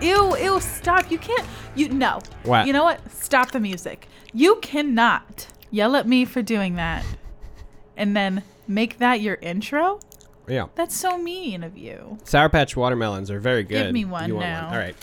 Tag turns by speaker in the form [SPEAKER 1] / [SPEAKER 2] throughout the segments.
[SPEAKER 1] ew, ew, stop. You can't. You no.
[SPEAKER 2] What?
[SPEAKER 1] You know what? Stop the music. You cannot yell at me for doing that, and then make that your intro.
[SPEAKER 2] Yeah.
[SPEAKER 1] That's so mean of you.
[SPEAKER 2] Sour Patch watermelons are very good.
[SPEAKER 1] Give me one
[SPEAKER 2] you want
[SPEAKER 1] now.
[SPEAKER 2] All right.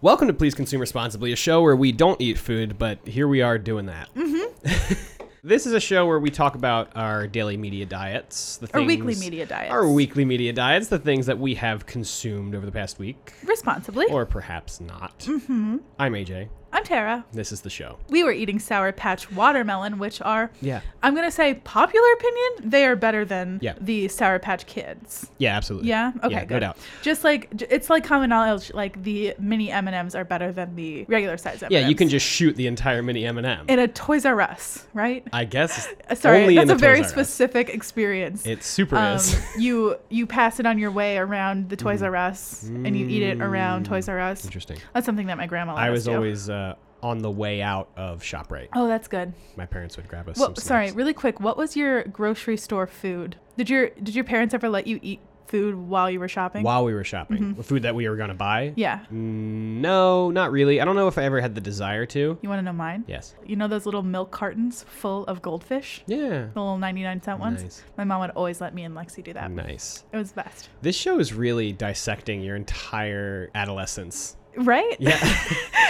[SPEAKER 2] Welcome to Please Consume Responsibly, a show where we don't eat food, but here we are doing that. Mm-hmm. this is a show where we talk about our daily media diets, the
[SPEAKER 1] Our
[SPEAKER 2] things-
[SPEAKER 1] weekly media diets.
[SPEAKER 2] our weekly media diets, the things that we have consumed over the past week,
[SPEAKER 1] Responsibly.
[SPEAKER 2] or perhaps not. Mm-hmm. I'm AJ.
[SPEAKER 1] I'm Tara.
[SPEAKER 2] This is the show.
[SPEAKER 1] We were eating Sour Patch watermelon, which are
[SPEAKER 2] Yeah.
[SPEAKER 1] I'm gonna say popular opinion. They are better than
[SPEAKER 2] Yeah.
[SPEAKER 1] the Sour Patch Kids.
[SPEAKER 2] Yeah, absolutely.
[SPEAKER 1] Yeah. Okay.
[SPEAKER 2] Yeah,
[SPEAKER 1] good.
[SPEAKER 2] no doubt.
[SPEAKER 1] Just like j- it's like common knowledge, like the mini M and M's are better than the regular size M.
[SPEAKER 2] Yeah, you can just shoot the entire mini M&M.
[SPEAKER 1] in a Toys R Us, right?
[SPEAKER 2] I guess.
[SPEAKER 1] Uh, Sorry,
[SPEAKER 2] only in
[SPEAKER 1] that's
[SPEAKER 2] the
[SPEAKER 1] a very
[SPEAKER 2] Toys R Us.
[SPEAKER 1] specific experience.
[SPEAKER 2] It super
[SPEAKER 1] um,
[SPEAKER 2] is. Mm-hmm.
[SPEAKER 1] you you pass it on your way around the Toys R Us, and you eat it around Toys R Us.
[SPEAKER 2] Interesting.
[SPEAKER 1] That's something that my grandma. let
[SPEAKER 2] Mm. I
[SPEAKER 1] us
[SPEAKER 2] was
[SPEAKER 1] do.
[SPEAKER 2] always uh, on the way out of ShopRite.
[SPEAKER 1] Oh, that's good.
[SPEAKER 2] My parents would grab us.
[SPEAKER 1] Well,
[SPEAKER 2] some
[SPEAKER 1] sorry,
[SPEAKER 2] snacks.
[SPEAKER 1] really quick. What was your grocery store food? Did your did your parents ever let you eat food while you were shopping?
[SPEAKER 2] While we were shopping, the food that we were going to buy.
[SPEAKER 1] Mm-hmm. Yeah.
[SPEAKER 2] Mm, No, not really. I don't know if I ever had the desire to.
[SPEAKER 1] You want to know mine?
[SPEAKER 2] Yes.
[SPEAKER 1] You know those little milk cartons full of goldfish?
[SPEAKER 2] Yeah.
[SPEAKER 1] The little 99 cent ones?
[SPEAKER 2] Nice.
[SPEAKER 1] My mom would always let me and Lexi do that.
[SPEAKER 2] Nice.
[SPEAKER 1] It was the best.
[SPEAKER 2] This show is really dissecting your entire adolescence.
[SPEAKER 1] Right?
[SPEAKER 2] Yeah.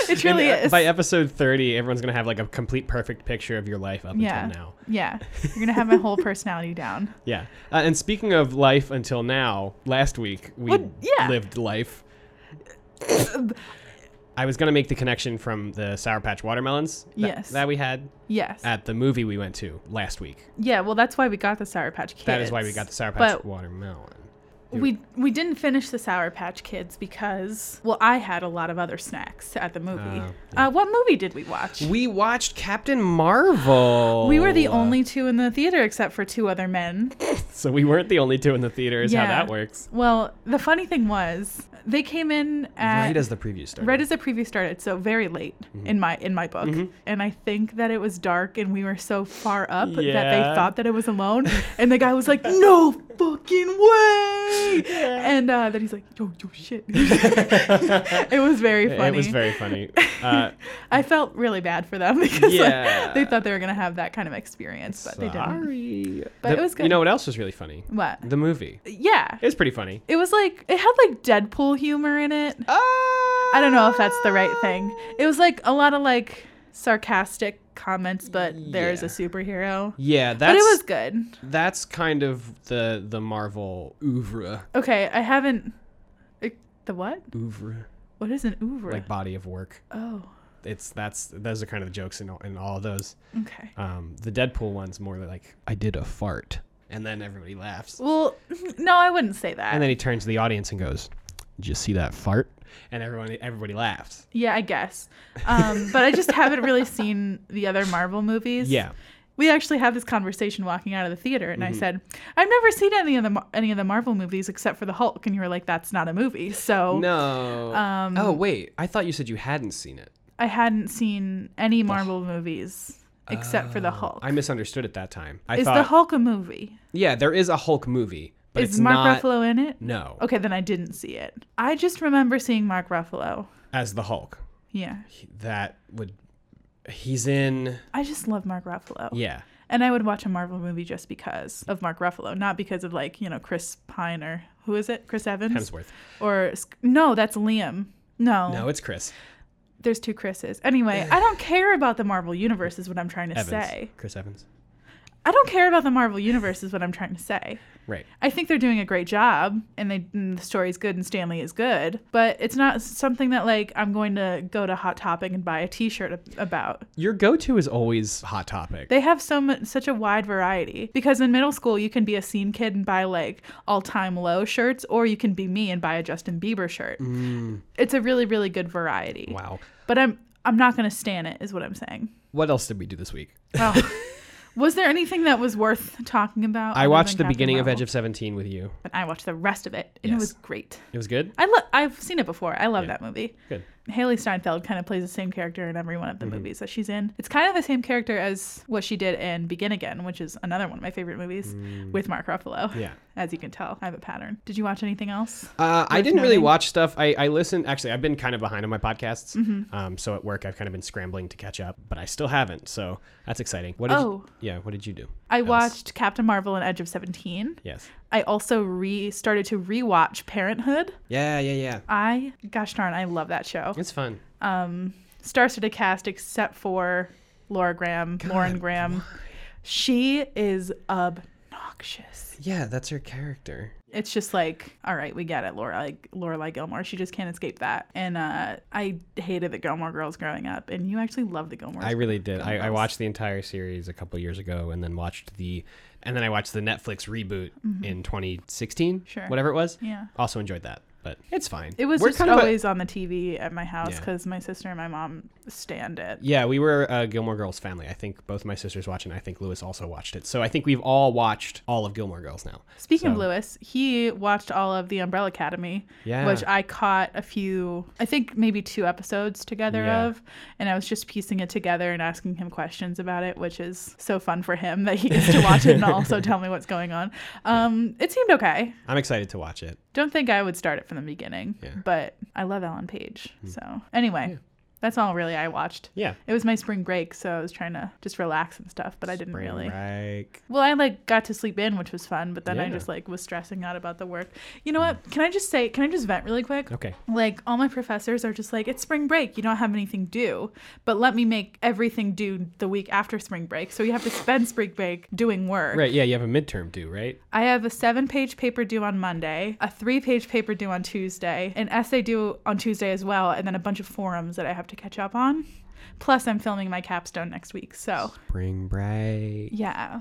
[SPEAKER 1] it really
[SPEAKER 2] And, uh,
[SPEAKER 1] is.
[SPEAKER 2] By episode 30, everyone's going to have like a complete perfect picture of your life up
[SPEAKER 1] yeah.
[SPEAKER 2] until now.
[SPEAKER 1] Yeah. You're going to have my whole personality down.
[SPEAKER 2] Yeah. Uh, and speaking of life until now, last week we
[SPEAKER 1] What- yeah.
[SPEAKER 2] lived life. I was going to make the connection from the Sour Patch watermelons that,
[SPEAKER 1] Yes.
[SPEAKER 2] that we had
[SPEAKER 1] Yes.
[SPEAKER 2] at the movie we went to last week.
[SPEAKER 1] yeah, well, that's why we got the Sour Patch Kids.
[SPEAKER 2] That is why we got the Sour Patch
[SPEAKER 1] But
[SPEAKER 2] watermelon.
[SPEAKER 1] we we didn't finish the Sour Patch Kids because well I had a lot of other snacks at the movie.
[SPEAKER 2] Oh,
[SPEAKER 1] uh, what movie did we watch?
[SPEAKER 2] We uh, watched Captain Marvel.
[SPEAKER 1] We were the only two in the theater except for two other men.
[SPEAKER 2] So we weren't the only two in the theater, is how
[SPEAKER 1] Yeah.
[SPEAKER 2] that works.
[SPEAKER 1] Well, the funny thing was they came in at
[SPEAKER 2] right as the preview started. Mm-hmm.
[SPEAKER 1] right as the preview started, so very late in my in my book. And I think that it was dark and we were so far up that
[SPEAKER 2] Yeah.
[SPEAKER 1] they thought that it was alone. and the guy was like, "No fucking way!" And uh, then he's like, "Yo, yo, shit." it was very funny.
[SPEAKER 2] It was very funny. Uh,
[SPEAKER 1] I felt really bad for them because like,
[SPEAKER 2] Yeah.
[SPEAKER 1] they thought they were gonna have that kind of experience, but they didn't.
[SPEAKER 2] sorry.
[SPEAKER 1] But
[SPEAKER 2] The-
[SPEAKER 1] it was
[SPEAKER 2] You
[SPEAKER 1] good.
[SPEAKER 2] know what else was really funny?
[SPEAKER 1] What?
[SPEAKER 2] The movie.
[SPEAKER 1] Yeah.
[SPEAKER 2] It was pretty funny.
[SPEAKER 1] It was like it had like Deadpool humor in it. I don't know if that's the right thing. It was like a lot of like sarcastic comments, but there's a
[SPEAKER 2] Yeah.
[SPEAKER 1] superhero.
[SPEAKER 2] Yeah,
[SPEAKER 1] But
[SPEAKER 2] that's
[SPEAKER 1] it was good.
[SPEAKER 2] that's kind of the the Marvel oeuvre,
[SPEAKER 1] Okay, I haven't. it- The what?
[SPEAKER 2] oeuvre,
[SPEAKER 1] What is an oeuvre?
[SPEAKER 2] like body of work.
[SPEAKER 1] oh,
[SPEAKER 2] It's that's those are kind of the jokes in all, in all of those.
[SPEAKER 1] okay.
[SPEAKER 2] Um, the Deadpool one's more like I did a fart, and then everybody laughs,
[SPEAKER 1] Well, no, I wouldn't say that.
[SPEAKER 2] and then he turns to the audience and goes, "Did you see that fart?" And everyone everybody laughs.
[SPEAKER 1] yeah, I guess. Um, but I just haven't really seen the other Marvel movies.
[SPEAKER 2] Yeah, Mm-hmm.
[SPEAKER 1] we actually had this conversation walking out of the theater, and I said, "I've never seen any of the Mar- any of the Marvel movies except for the Hulk," and you were like, "That's not a movie." So
[SPEAKER 2] no.
[SPEAKER 1] Um,
[SPEAKER 2] oh wait, I thought you said you hadn't seen it.
[SPEAKER 1] I hadn't seen any Marvel movies except for the Hulk.
[SPEAKER 2] Oh, I misunderstood at that time. I
[SPEAKER 1] is
[SPEAKER 2] thought
[SPEAKER 1] the Hulk a movie?
[SPEAKER 2] yeah, there is a Hulk movie, but
[SPEAKER 1] is
[SPEAKER 2] it's
[SPEAKER 1] Mark
[SPEAKER 2] not.
[SPEAKER 1] Ruffalo in it?
[SPEAKER 2] No,
[SPEAKER 1] Okay, then I didn't see it. I just remember seeing Mark Ruffalo.
[SPEAKER 2] as the Hulk.
[SPEAKER 1] Yeah,
[SPEAKER 2] that would he's in
[SPEAKER 1] I just love Mark Ruffalo.
[SPEAKER 2] yeah
[SPEAKER 1] And I would watch a Marvel movie just because of Mark Ruffalo, not because of like, you know, Chris Pine or who is it? Chris Evans?
[SPEAKER 2] hemsworth
[SPEAKER 1] Or Sc- no, that's Liam. No,
[SPEAKER 2] no it's chris
[SPEAKER 1] there's two Chris's. Anyway, I don't care about the Marvel universe is what I'm trying to
[SPEAKER 2] evans
[SPEAKER 1] say.
[SPEAKER 2] chris evans
[SPEAKER 1] I don't care about the Marvel universe is what I'm trying to say.
[SPEAKER 2] right
[SPEAKER 1] I think they're doing a great job and they and the story's good and Stanley is good, but it's not something that like I'm going to go to Hot Topic and buy a t-shirt ab- about.
[SPEAKER 2] your go-to is always hot topic
[SPEAKER 1] They have so much, such a wide variety because in middle school you can be a scene kid and buy like all-time low shirts or you can be me and buy a Justin Bieber shirt. It's a really really good variety.
[SPEAKER 2] Mm. wow
[SPEAKER 1] But I'm I'm not going to stand it is what I'm saying.
[SPEAKER 2] what else did we do this week
[SPEAKER 1] Well, was there anything that was worth talking about?
[SPEAKER 2] i
[SPEAKER 1] other
[SPEAKER 2] watched
[SPEAKER 1] than
[SPEAKER 2] the
[SPEAKER 1] Captain
[SPEAKER 2] beginning of
[SPEAKER 1] Marvel?
[SPEAKER 2] edge of 17 with you
[SPEAKER 1] and I watched the rest of it, and
[SPEAKER 2] Yes.
[SPEAKER 1] it was great.
[SPEAKER 2] it was good
[SPEAKER 1] I lo- I've seen it before. I love that movie.
[SPEAKER 2] good
[SPEAKER 1] Haley Steinfeld kind of plays the same character in every one
[SPEAKER 2] Mm-hmm.
[SPEAKER 1] of the movies that she's in. It's kind of the same character as what she did in Begin Again, which is another one of my favorite movies with Mark Ruffalo.
[SPEAKER 2] Mm. Yeah.
[SPEAKER 1] As you can tell, I have a pattern. Did you watch anything else?
[SPEAKER 2] Uh, I didn't really
[SPEAKER 1] noting.
[SPEAKER 2] watch stuff. I, I listened. Actually, I've been kind of behind on my podcasts.
[SPEAKER 1] Mm-hmm.
[SPEAKER 2] Um, so at work, I've kind of been scrambling to catch up, but I still haven't. So that's exciting. What did
[SPEAKER 1] Oh.
[SPEAKER 2] You, yeah. What did you do?
[SPEAKER 1] I
[SPEAKER 2] else?
[SPEAKER 1] watched Captain Marvel and Edge of 17.
[SPEAKER 2] Yes.
[SPEAKER 1] I also re started to rewatch Parenthood.
[SPEAKER 2] Yeah. Yeah. Yeah.
[SPEAKER 1] I gosh darn, I love that show.
[SPEAKER 2] It's fun.
[SPEAKER 1] star-studded cast except for Laura Graham, Lauren Graham. She is obnoxious.
[SPEAKER 2] Yeah, that's her character.
[SPEAKER 1] It's just like, all right, we get it, Laura, like Lorelai Gilmore. She just can't escape that. And uh, I hated the Gilmore Girls growing up, and you actually love the Gilmore.
[SPEAKER 2] I really did. I, I
[SPEAKER 1] Girls.
[SPEAKER 2] watched the entire series a couple years ago, and then watched the, and then I watched the Netflix reboot in 2016.
[SPEAKER 1] Mm-hmm. Sure.
[SPEAKER 2] Whatever it was.
[SPEAKER 1] Yeah.
[SPEAKER 2] Also enjoyed that, but it's fine.
[SPEAKER 1] It was
[SPEAKER 2] We're
[SPEAKER 1] just
[SPEAKER 2] kind of a-
[SPEAKER 1] always on the TV at my house
[SPEAKER 2] Yeah.
[SPEAKER 1] because my sister and my mom stand it.
[SPEAKER 2] Yeah, we were a Gilmore Girls family. I think both my sisters watched it, and I think Lewis also watched it. So I think we've all watched all of Gilmore Girls now.
[SPEAKER 1] Speaking of
[SPEAKER 2] So-
[SPEAKER 1] Lewis, he watched all of the Umbrella Academy,
[SPEAKER 2] Yeah.
[SPEAKER 1] which I caught a few, I think maybe two episodes together
[SPEAKER 2] Yeah.
[SPEAKER 1] of, and I was just piecing it together and asking him questions about it, which is so fun for him that he gets to watch it and also tell me what's going on. Um, it seemed okay.
[SPEAKER 2] I'm excited to watch it.
[SPEAKER 1] Don't think I would start it from the beginning,
[SPEAKER 2] Yeah. Hmm.
[SPEAKER 1] but I love Ellen Page. So anyway, that's all really I watched.
[SPEAKER 2] Yeah.
[SPEAKER 1] It was my spring break, so I was trying to just relax and stuff, but I didn't really.
[SPEAKER 2] Like,
[SPEAKER 1] Well, I like got to sleep in, which was fun, but then I
[SPEAKER 2] Yeah. Hmm.
[SPEAKER 1] just like was stressing out about the work. You know what? Can I just say, can I just vent really quick?
[SPEAKER 2] okay.
[SPEAKER 1] Like all my professors are just like, it's spring break, you don't have anything due, but let me make everything due the week after spring break. So you have to spend spring break doing work.
[SPEAKER 2] Right. Yeah, you have a midterm due, right?
[SPEAKER 1] I have a seven page paper due on Monday, a three page paper due on Tuesday, an essay due on Tuesday as well, and then a bunch of forums that I have to catch up on. Plus, I'm filming my capstone next week. So,
[SPEAKER 2] Spring break.
[SPEAKER 1] yeah,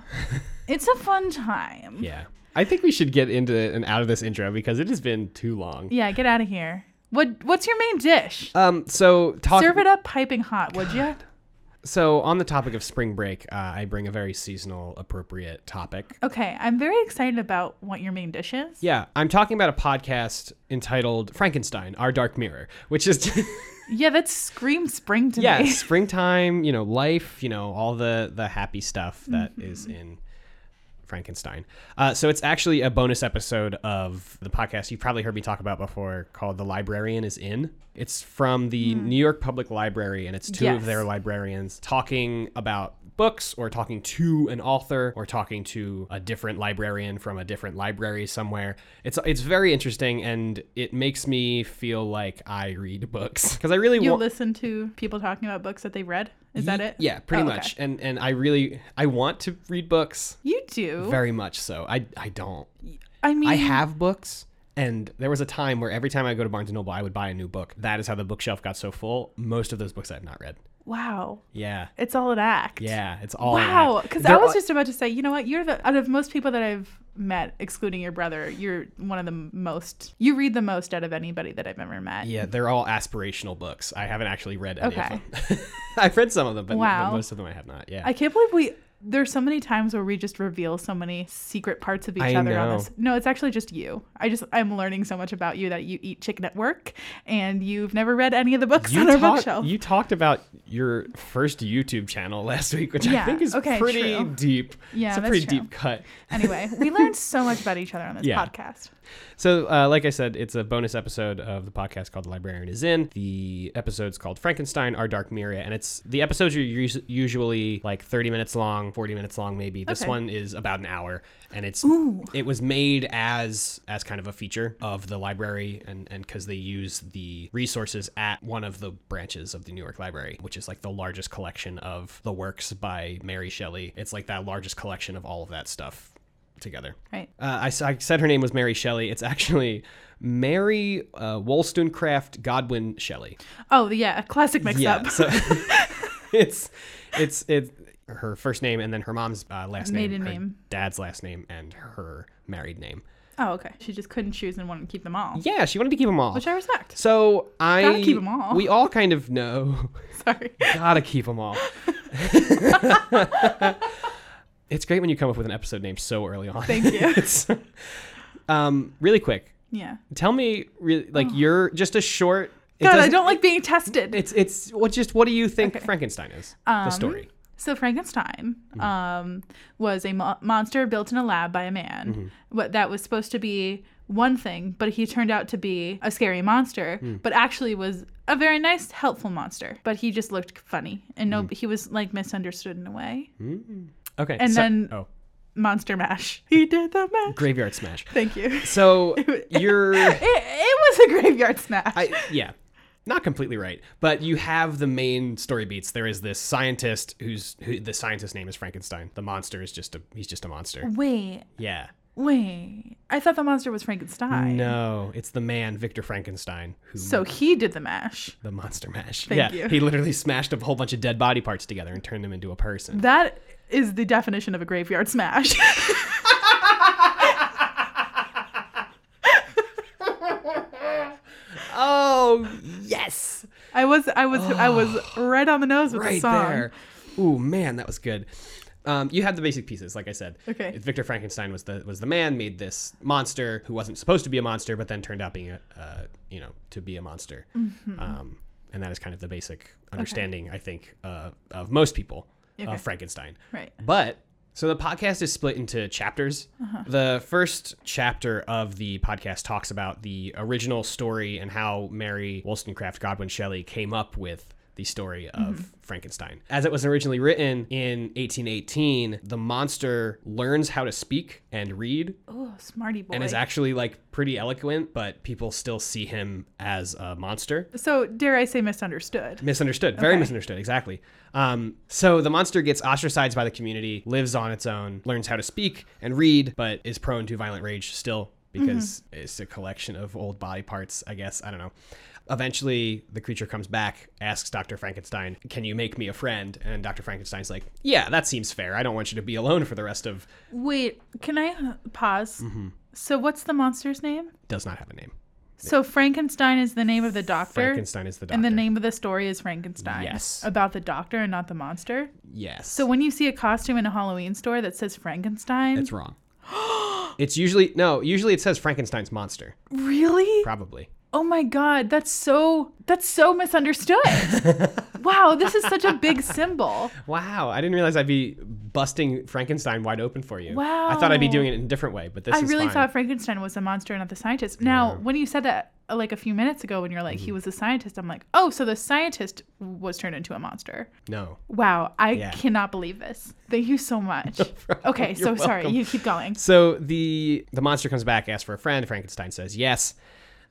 [SPEAKER 1] it's a fun time.
[SPEAKER 2] Yeah. I think we should get into and out of this intro because it has been too long.
[SPEAKER 1] Yeah, get out of here. What What's your main dish?
[SPEAKER 2] Um. So talk.
[SPEAKER 1] Serve it up piping hot, would you?
[SPEAKER 2] So on the topic of spring break, uh, I bring a very seasonal appropriate topic.
[SPEAKER 1] Okay, I'm very excited about what your main dish is.
[SPEAKER 2] Yeah, I'm talking about a podcast entitled Frankenstein: Our Dark Mirror, which is.
[SPEAKER 1] Yeah, that's scream spring to
[SPEAKER 2] yeah,
[SPEAKER 1] me.
[SPEAKER 2] springtime, you know, life, you know, all the the happy stuff that
[SPEAKER 1] Mm-hmm.
[SPEAKER 2] is in Frankenstein. Uh, so it's actually a bonus episode of the podcast you've probably heard me talk about before called The Librarian is In. It's from the New York Public Library and it's two of
[SPEAKER 1] Hmm. Yes.
[SPEAKER 2] their librarians talking about books or talking to an author or talking to a different librarian from a different library somewhere. It's it's very interesting and it makes me feel like I read books cuz I really
[SPEAKER 1] You
[SPEAKER 2] want
[SPEAKER 1] listen to people talking about books that they read. Is that
[SPEAKER 2] Ye-
[SPEAKER 1] it?
[SPEAKER 2] Yeah, pretty
[SPEAKER 1] Oh, okay.
[SPEAKER 2] much. And and I really I want to read books
[SPEAKER 1] You do.
[SPEAKER 2] very much so. I I don't.
[SPEAKER 1] I mean,
[SPEAKER 2] I have books and there was a time where every time I go to Barnes and Noble I would buy a new book. That is how the bookshelf got so full. Most of those books I've not read.
[SPEAKER 1] wow,
[SPEAKER 2] Yeah.
[SPEAKER 1] it's all an act.
[SPEAKER 2] Yeah, it's all
[SPEAKER 1] Wow,
[SPEAKER 2] that.
[SPEAKER 1] because I
[SPEAKER 2] They're
[SPEAKER 1] was
[SPEAKER 2] all-
[SPEAKER 1] just about to say, you know what? You're the out of most people that I've met, excluding your brother, you're one of the most. You read the most out of anybody that I've ever met.
[SPEAKER 2] Yeah, they're all aspirational books. I haven't actually read any
[SPEAKER 1] Okay.
[SPEAKER 2] of them. I've read some of them, but, but
[SPEAKER 1] Wow.
[SPEAKER 2] most of them I have not. Yeah.
[SPEAKER 1] I can't believe we. There's so many times where we just reveal so many secret parts of each
[SPEAKER 2] I
[SPEAKER 1] other
[SPEAKER 2] know.
[SPEAKER 1] on this. No, it's actually just you. I just I'm learning so much about you that you eat chicken at work and you've never read any of the books
[SPEAKER 2] you,
[SPEAKER 1] on our
[SPEAKER 2] talked-
[SPEAKER 1] bookshelf.
[SPEAKER 2] you talked about your first YouTube channel last week, which I
[SPEAKER 1] Yeah,
[SPEAKER 2] think is
[SPEAKER 1] okay,
[SPEAKER 2] pretty
[SPEAKER 1] true.
[SPEAKER 2] deep.
[SPEAKER 1] Yeah,
[SPEAKER 2] it's a
[SPEAKER 1] that's
[SPEAKER 2] pretty
[SPEAKER 1] true.
[SPEAKER 2] deep cut.
[SPEAKER 1] anyway, we learned so much about each other on this
[SPEAKER 2] Yeah.
[SPEAKER 1] podcast.
[SPEAKER 2] So, uh, like I said, it's a bonus episode of the podcast called The Librarian Is In. The episode's called Frankenstein, Our Dark Mirror, and it's the episodes are us- usually like 30 minutes long, 40 minutes long, maybe. This
[SPEAKER 1] Okay.
[SPEAKER 2] one is about an hour, and it's it was made as as kind of a feature of the library, and and because they use the resources at one of the branches of the New York Library, which is like the largest collection of the works by Mary Shelley. It's like that largest collection of all of that stuff together.
[SPEAKER 1] Right.
[SPEAKER 2] Uh, I, s- I said her name was Mary Shelley. It's actually Mary uh, Wollstonecraft Godwin Shelley.
[SPEAKER 1] Oh yeah, a classic mix
[SPEAKER 2] yeah.
[SPEAKER 1] up.
[SPEAKER 2] So it's it's it's her first name and then her mom's uh, last
[SPEAKER 1] Maiden
[SPEAKER 2] name, her
[SPEAKER 1] name.
[SPEAKER 2] dad's last name, and her married name.
[SPEAKER 1] Oh, okay. She just couldn't choose and wanted to keep them all.
[SPEAKER 2] Yeah, she wanted to keep them all.
[SPEAKER 1] Which I respect.
[SPEAKER 2] so I
[SPEAKER 1] Gotta keep 'em all.
[SPEAKER 2] We all kind of know.
[SPEAKER 1] Sorry.
[SPEAKER 2] Gotta keep them all. it's great when you come up with an episode name so early on.
[SPEAKER 1] Thank you.
[SPEAKER 2] It's- um, really quick.
[SPEAKER 1] Yeah.
[SPEAKER 2] Tell me, really, like, you're just a short It
[SPEAKER 1] God, I
[SPEAKER 2] doesn't-
[SPEAKER 1] don't like being tested.
[SPEAKER 2] It's it's what just what do you think Frankenstein is?
[SPEAKER 1] Um,
[SPEAKER 2] the story.
[SPEAKER 1] So Frankenstein
[SPEAKER 2] Mm-hmm.
[SPEAKER 1] um, was a mo- monster built in a lab by a man.
[SPEAKER 2] Mm-hmm.
[SPEAKER 1] What that was supposed to be one thing, but he turned out to be a scary monster,
[SPEAKER 2] Mm.
[SPEAKER 1] but actually was a very nice, helpful monster. But he just looked funny, and
[SPEAKER 2] Mm.
[SPEAKER 1] no, he was like misunderstood in a way.
[SPEAKER 2] Okay.
[SPEAKER 1] and
[SPEAKER 2] so-
[SPEAKER 1] then-
[SPEAKER 2] oh,
[SPEAKER 1] Monster mash. He did the mash.
[SPEAKER 2] graveyard smash.
[SPEAKER 1] Thank you. It,
[SPEAKER 2] So you're
[SPEAKER 1] it was a graveyard smash.
[SPEAKER 2] I yeah. Not completely right, but you have the main story beats. There is this scientist who's who, the scientist's name is Frankenstein. The monster is just a he's just a monster.
[SPEAKER 1] wait,
[SPEAKER 2] Yeah.
[SPEAKER 1] wait. I thought the monster was Frankenstein.
[SPEAKER 2] No, it's the man Victor Frankenstein who
[SPEAKER 1] So he did the mash.
[SPEAKER 2] the monster mash.
[SPEAKER 1] Thank
[SPEAKER 2] yeah,
[SPEAKER 1] you.
[SPEAKER 2] he literally smashed a whole bunch of dead body parts together and turned them into a person.
[SPEAKER 1] That is the definition of a graveyard smash.
[SPEAKER 2] Oh yes,
[SPEAKER 1] I was I was I was right on the nose with the
[SPEAKER 2] right
[SPEAKER 1] song.
[SPEAKER 2] there. Ooh man, that was good. Um, you had the basic pieces, like I said.
[SPEAKER 1] Okay.
[SPEAKER 2] Victor Frankenstein was the was the man made this monster who wasn't supposed to be a monster, but then turned out being a uh, you know to be a monster.
[SPEAKER 1] Mm-hmm.
[SPEAKER 2] Um, and that is kind of the basic understanding I think uh, of most people
[SPEAKER 1] Okay.
[SPEAKER 2] of Frankenstein.
[SPEAKER 1] Right.
[SPEAKER 2] But so the podcast is split into chapters. The first chapter of the podcast talks about the original story and how Mary Wollstonecraft Godwin Shelley came up with the story of Frankenstein. As it was originally written in 1818, the monster learns how to speak and read
[SPEAKER 1] Oh, smarty boy.
[SPEAKER 2] and is actually like pretty eloquent, but people still see him as a monster.
[SPEAKER 1] so dare I say misunderstood?
[SPEAKER 2] Misunderstood. Very misunderstood. Exactly. Um, so the monster gets ostracized by the community, lives on its own, learns how to speak and read, but is prone to violent rage still because
[SPEAKER 1] Mm-hmm.
[SPEAKER 2] it's a collection of old body parts, I guess. I don't know. Eventually, the creature comes back, asks Dr. Frankenstein, Can you make me a friend? And Dr. Frankenstein's like, Yeah, that seems fair. I don't want you to be alone for the rest of.
[SPEAKER 1] Wait, can I uh, pause?
[SPEAKER 2] Mm-hmm.
[SPEAKER 1] So what's the monster's name?
[SPEAKER 2] Does not have a name.
[SPEAKER 1] So Frankenstein is the name of the doctor.
[SPEAKER 2] Frankenstein is the doctor.
[SPEAKER 1] And the name of the story is Frankenstein.
[SPEAKER 2] Yes.
[SPEAKER 1] About the doctor and not the monster.
[SPEAKER 2] Yes.
[SPEAKER 1] So when you see a costume in a Halloween store that says Frankenstein,
[SPEAKER 2] it's wrong. it's usually, no, usually it says Frankenstein's monster,
[SPEAKER 1] really?
[SPEAKER 2] probably.
[SPEAKER 1] Oh my god, that's so that's so misunderstood. wow, this is such a big symbol.
[SPEAKER 2] Wow, I didn't realize I'd be busting Frankenstein wide open for you. I thought I'd be
[SPEAKER 1] Wow.
[SPEAKER 2] doing it in a different way, but this
[SPEAKER 1] I
[SPEAKER 2] is
[SPEAKER 1] really
[SPEAKER 2] fine.
[SPEAKER 1] thought Frankenstein was a monster and not the scientist. Now, when you said that uh, like a few minutes ago, when you're like
[SPEAKER 2] Mm-hmm.
[SPEAKER 1] he was a scientist, I'm like, oh, so the scientist was turned into a monster.
[SPEAKER 2] no.
[SPEAKER 1] Wow, I
[SPEAKER 2] Yeah.
[SPEAKER 1] cannot believe this. Thank you so much. okay, so
[SPEAKER 2] You're
[SPEAKER 1] sorry.
[SPEAKER 2] welcome.
[SPEAKER 1] You keep going.
[SPEAKER 2] So the the monster comes back, asks for a friend. Frankenstein says yes,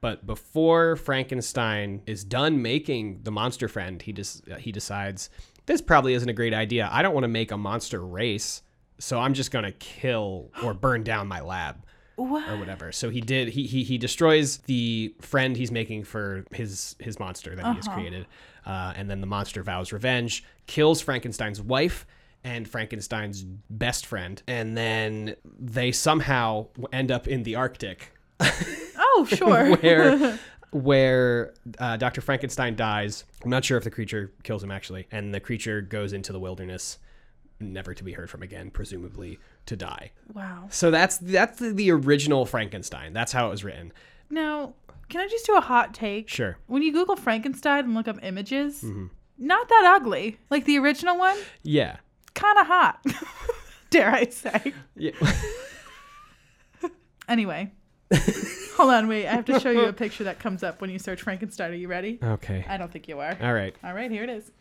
[SPEAKER 2] but before Frankenstein is done making the monster friend, he just he decides this probably isn't a great idea. I don't want to make a monster race, so I'm just gonna kill or burn down my lab. or
[SPEAKER 1] What?
[SPEAKER 2] whatever. So he did. He he he destroys the friend he's making for his his monster that he has created, uh, and then the monster vows revenge, kills Frankenstein's wife and Frankenstein's best friend, and then they somehow end up in the Arctic,
[SPEAKER 1] Oh, sure.
[SPEAKER 2] where. Where uh, Dr. Frankenstein dies. I'm not sure if the creature kills him actually. And the creature goes into the wilderness, never to be heard from again, presumably to die.
[SPEAKER 1] wow.
[SPEAKER 2] So that's that's the, the original Frankenstein. That's how it was written.
[SPEAKER 1] Now, can I just do a hot take?
[SPEAKER 2] Sure. Mm-hmm.
[SPEAKER 1] When you Google Frankenstein and look up images, not that ugly. Like the original one,
[SPEAKER 2] Yeah.
[SPEAKER 1] kind of hot. Dare I say?
[SPEAKER 2] Yeah.
[SPEAKER 1] Anyway, hold on, wait. I have to show you a picture that comes up when you search Frankenstein. Are you ready?
[SPEAKER 2] okay.
[SPEAKER 1] I don't think you are.
[SPEAKER 2] All right.
[SPEAKER 1] All right, here it is.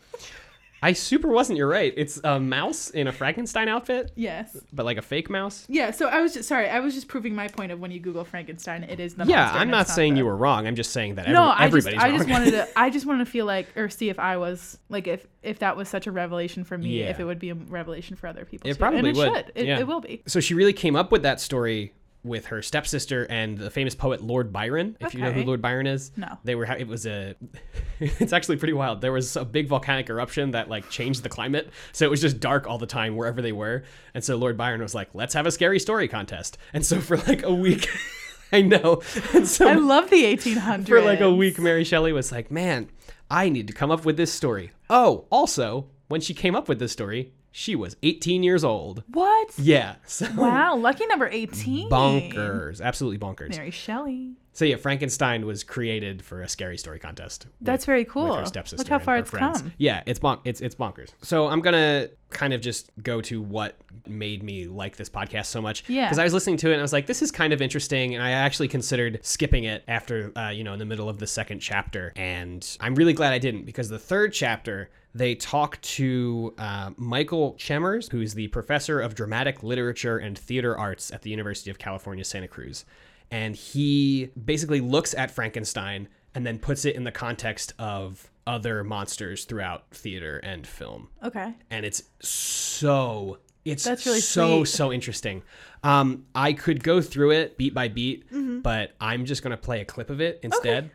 [SPEAKER 2] I super wasn't. You're right. It's a mouse in a Frankenstein outfit,
[SPEAKER 1] Yes.
[SPEAKER 2] but like a fake mouse.
[SPEAKER 1] Yeah. So I was just sorry. I was just proving my point of when you Google Frankenstein, it is the
[SPEAKER 2] Yeah,
[SPEAKER 1] monster and
[SPEAKER 2] I'm not
[SPEAKER 1] it's
[SPEAKER 2] saying
[SPEAKER 1] the-
[SPEAKER 2] you were wrong. I'm just saying that every,
[SPEAKER 1] No, I just
[SPEAKER 2] everybody's
[SPEAKER 1] I just
[SPEAKER 2] wrong.
[SPEAKER 1] wanted to I just wanted to feel like or see if I was like if if that was such a revelation for me
[SPEAKER 2] Yeah.
[SPEAKER 1] if it would be a revelation for other people.
[SPEAKER 2] It
[SPEAKER 1] too. and
[SPEAKER 2] probably
[SPEAKER 1] it
[SPEAKER 2] would.
[SPEAKER 1] should. It,
[SPEAKER 2] Yeah.
[SPEAKER 1] it will be.
[SPEAKER 2] so she really came up with that story with her stepsister and the famous poet Lord Byron. If you know who
[SPEAKER 1] Okay.
[SPEAKER 2] Lord Byron is,
[SPEAKER 1] No.
[SPEAKER 2] they were. Ha- it was a. it's actually pretty wild. There was a big volcanic eruption that like changed the climate, so it was just dark all the time wherever they were. And so Lord Byron was like, "Let's have a scary story contest." And so for like a week, I know. And so
[SPEAKER 1] I love the 1800s.
[SPEAKER 2] for like a week, Mary Shelley was like, "Man, I need to come up with this story." Oh, also, when she came up with this story, she was 18 years old.
[SPEAKER 1] What?
[SPEAKER 2] Yeah. So
[SPEAKER 1] Wow, lucky number 18.
[SPEAKER 2] bonkers. Absolutely bonkers.
[SPEAKER 1] Mary Shelley.
[SPEAKER 2] So yeah, Frankenstein was created for a scary story contest. with-
[SPEAKER 1] That's very cool.
[SPEAKER 2] With her stepsister
[SPEAKER 1] Look how
[SPEAKER 2] and
[SPEAKER 1] far
[SPEAKER 2] her
[SPEAKER 1] it's
[SPEAKER 2] friends.
[SPEAKER 1] come.
[SPEAKER 2] Yeah, it's bon- it's it's bonkers. So I'm gonna kind of just go to what made me like this podcast so much.
[SPEAKER 1] Yeah.
[SPEAKER 2] Because I was listening to it and I was like, this is kind of interesting, and I actually considered skipping it after uh, you know in the middle of the second chapter, and I'm really glad I didn't because the third chapter. They talk to uh, Michael Chemers, who's the professor of dramatic literature and theater arts at the University of California, Santa Cruz and he basically looks at Frankenstein and then puts it in the context of other monsters throughout theater and film.
[SPEAKER 1] Okay.
[SPEAKER 2] And it's so it's
[SPEAKER 1] That's really
[SPEAKER 2] so
[SPEAKER 1] sweet.
[SPEAKER 2] so interesting. Um, I could go through it beat by beat,
[SPEAKER 1] Mm-hmm.
[SPEAKER 2] but I'm just gonna play a clip of it instead,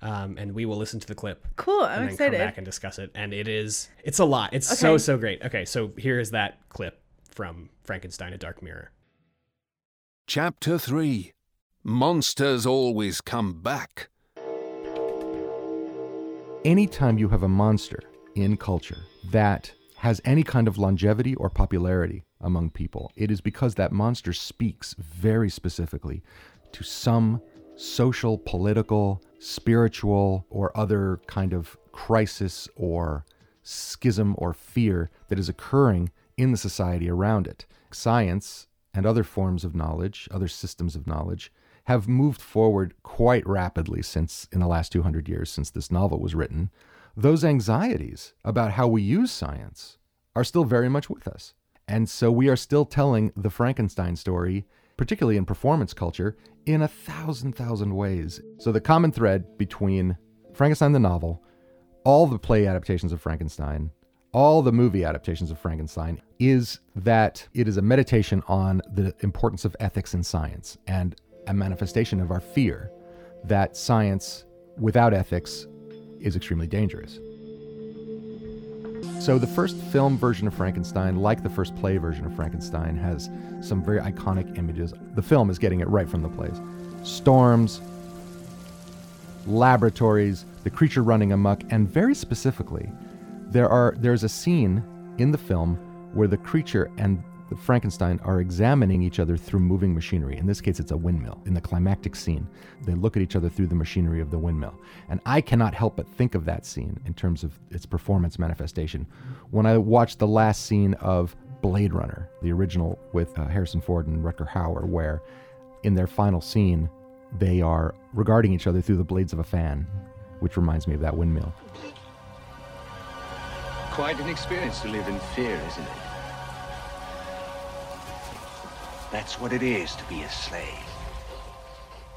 [SPEAKER 2] um, and we will listen to the clip
[SPEAKER 1] Cool. I'm
[SPEAKER 2] and then
[SPEAKER 1] excited.
[SPEAKER 2] come back and discuss it. And it is it's a lot. It's so
[SPEAKER 1] Okay.
[SPEAKER 2] so great. Okay, so here is that clip from Frankenstein: A Dark Mirror.
[SPEAKER 3] Chapter 3 Monsters Always Come Back.
[SPEAKER 4] Anytime you have a monster in culture that has any kind of longevity or popularity among people, it is because that monster speaks very specifically to some social, political, spiritual, or other kind of crisis or schism or fear that is occurring in the society around it. Science and other forms of knowledge, other systems of knowledge, have moved forward quite rapidly since in the last 200 years since this novel was written. Those anxieties about how we use science are still very much with us. And so we are still telling the Frankenstein story, particularly in performance culture, in a thousand, thousand ways. So the common thread between Frankenstein the novel all the play adaptations of Frankenstein, all the movie adaptations of Frankenstein, is that it is a meditation on the importance of ethics in science and a manifestation of our fear that science without ethics is extremely dangerous. So, the first film version of Frankenstein, like the first play version of Frankenstein, has some very iconic images. The film is getting it right from the plays storms, laboratories, the creature running amok, and very specifically, there are there's a scene in the film where the creature and the Frankenstein are examining each other through moving machinery. In this case, it's a windmill. In the climactic scene, they look at each other through the machinery of the windmill. And I cannot help but think of that scene in terms of its performance manifestation. When I watched the last scene of Blade Runner, the original with uh, Harrison Ford and Rutger Hauer, where in their final scene, they are regarding each other through the blades of a fan, which reminds me of that windmill.
[SPEAKER 5] Quite an experience to live in fear, isn't it? That's what it is to be a slave.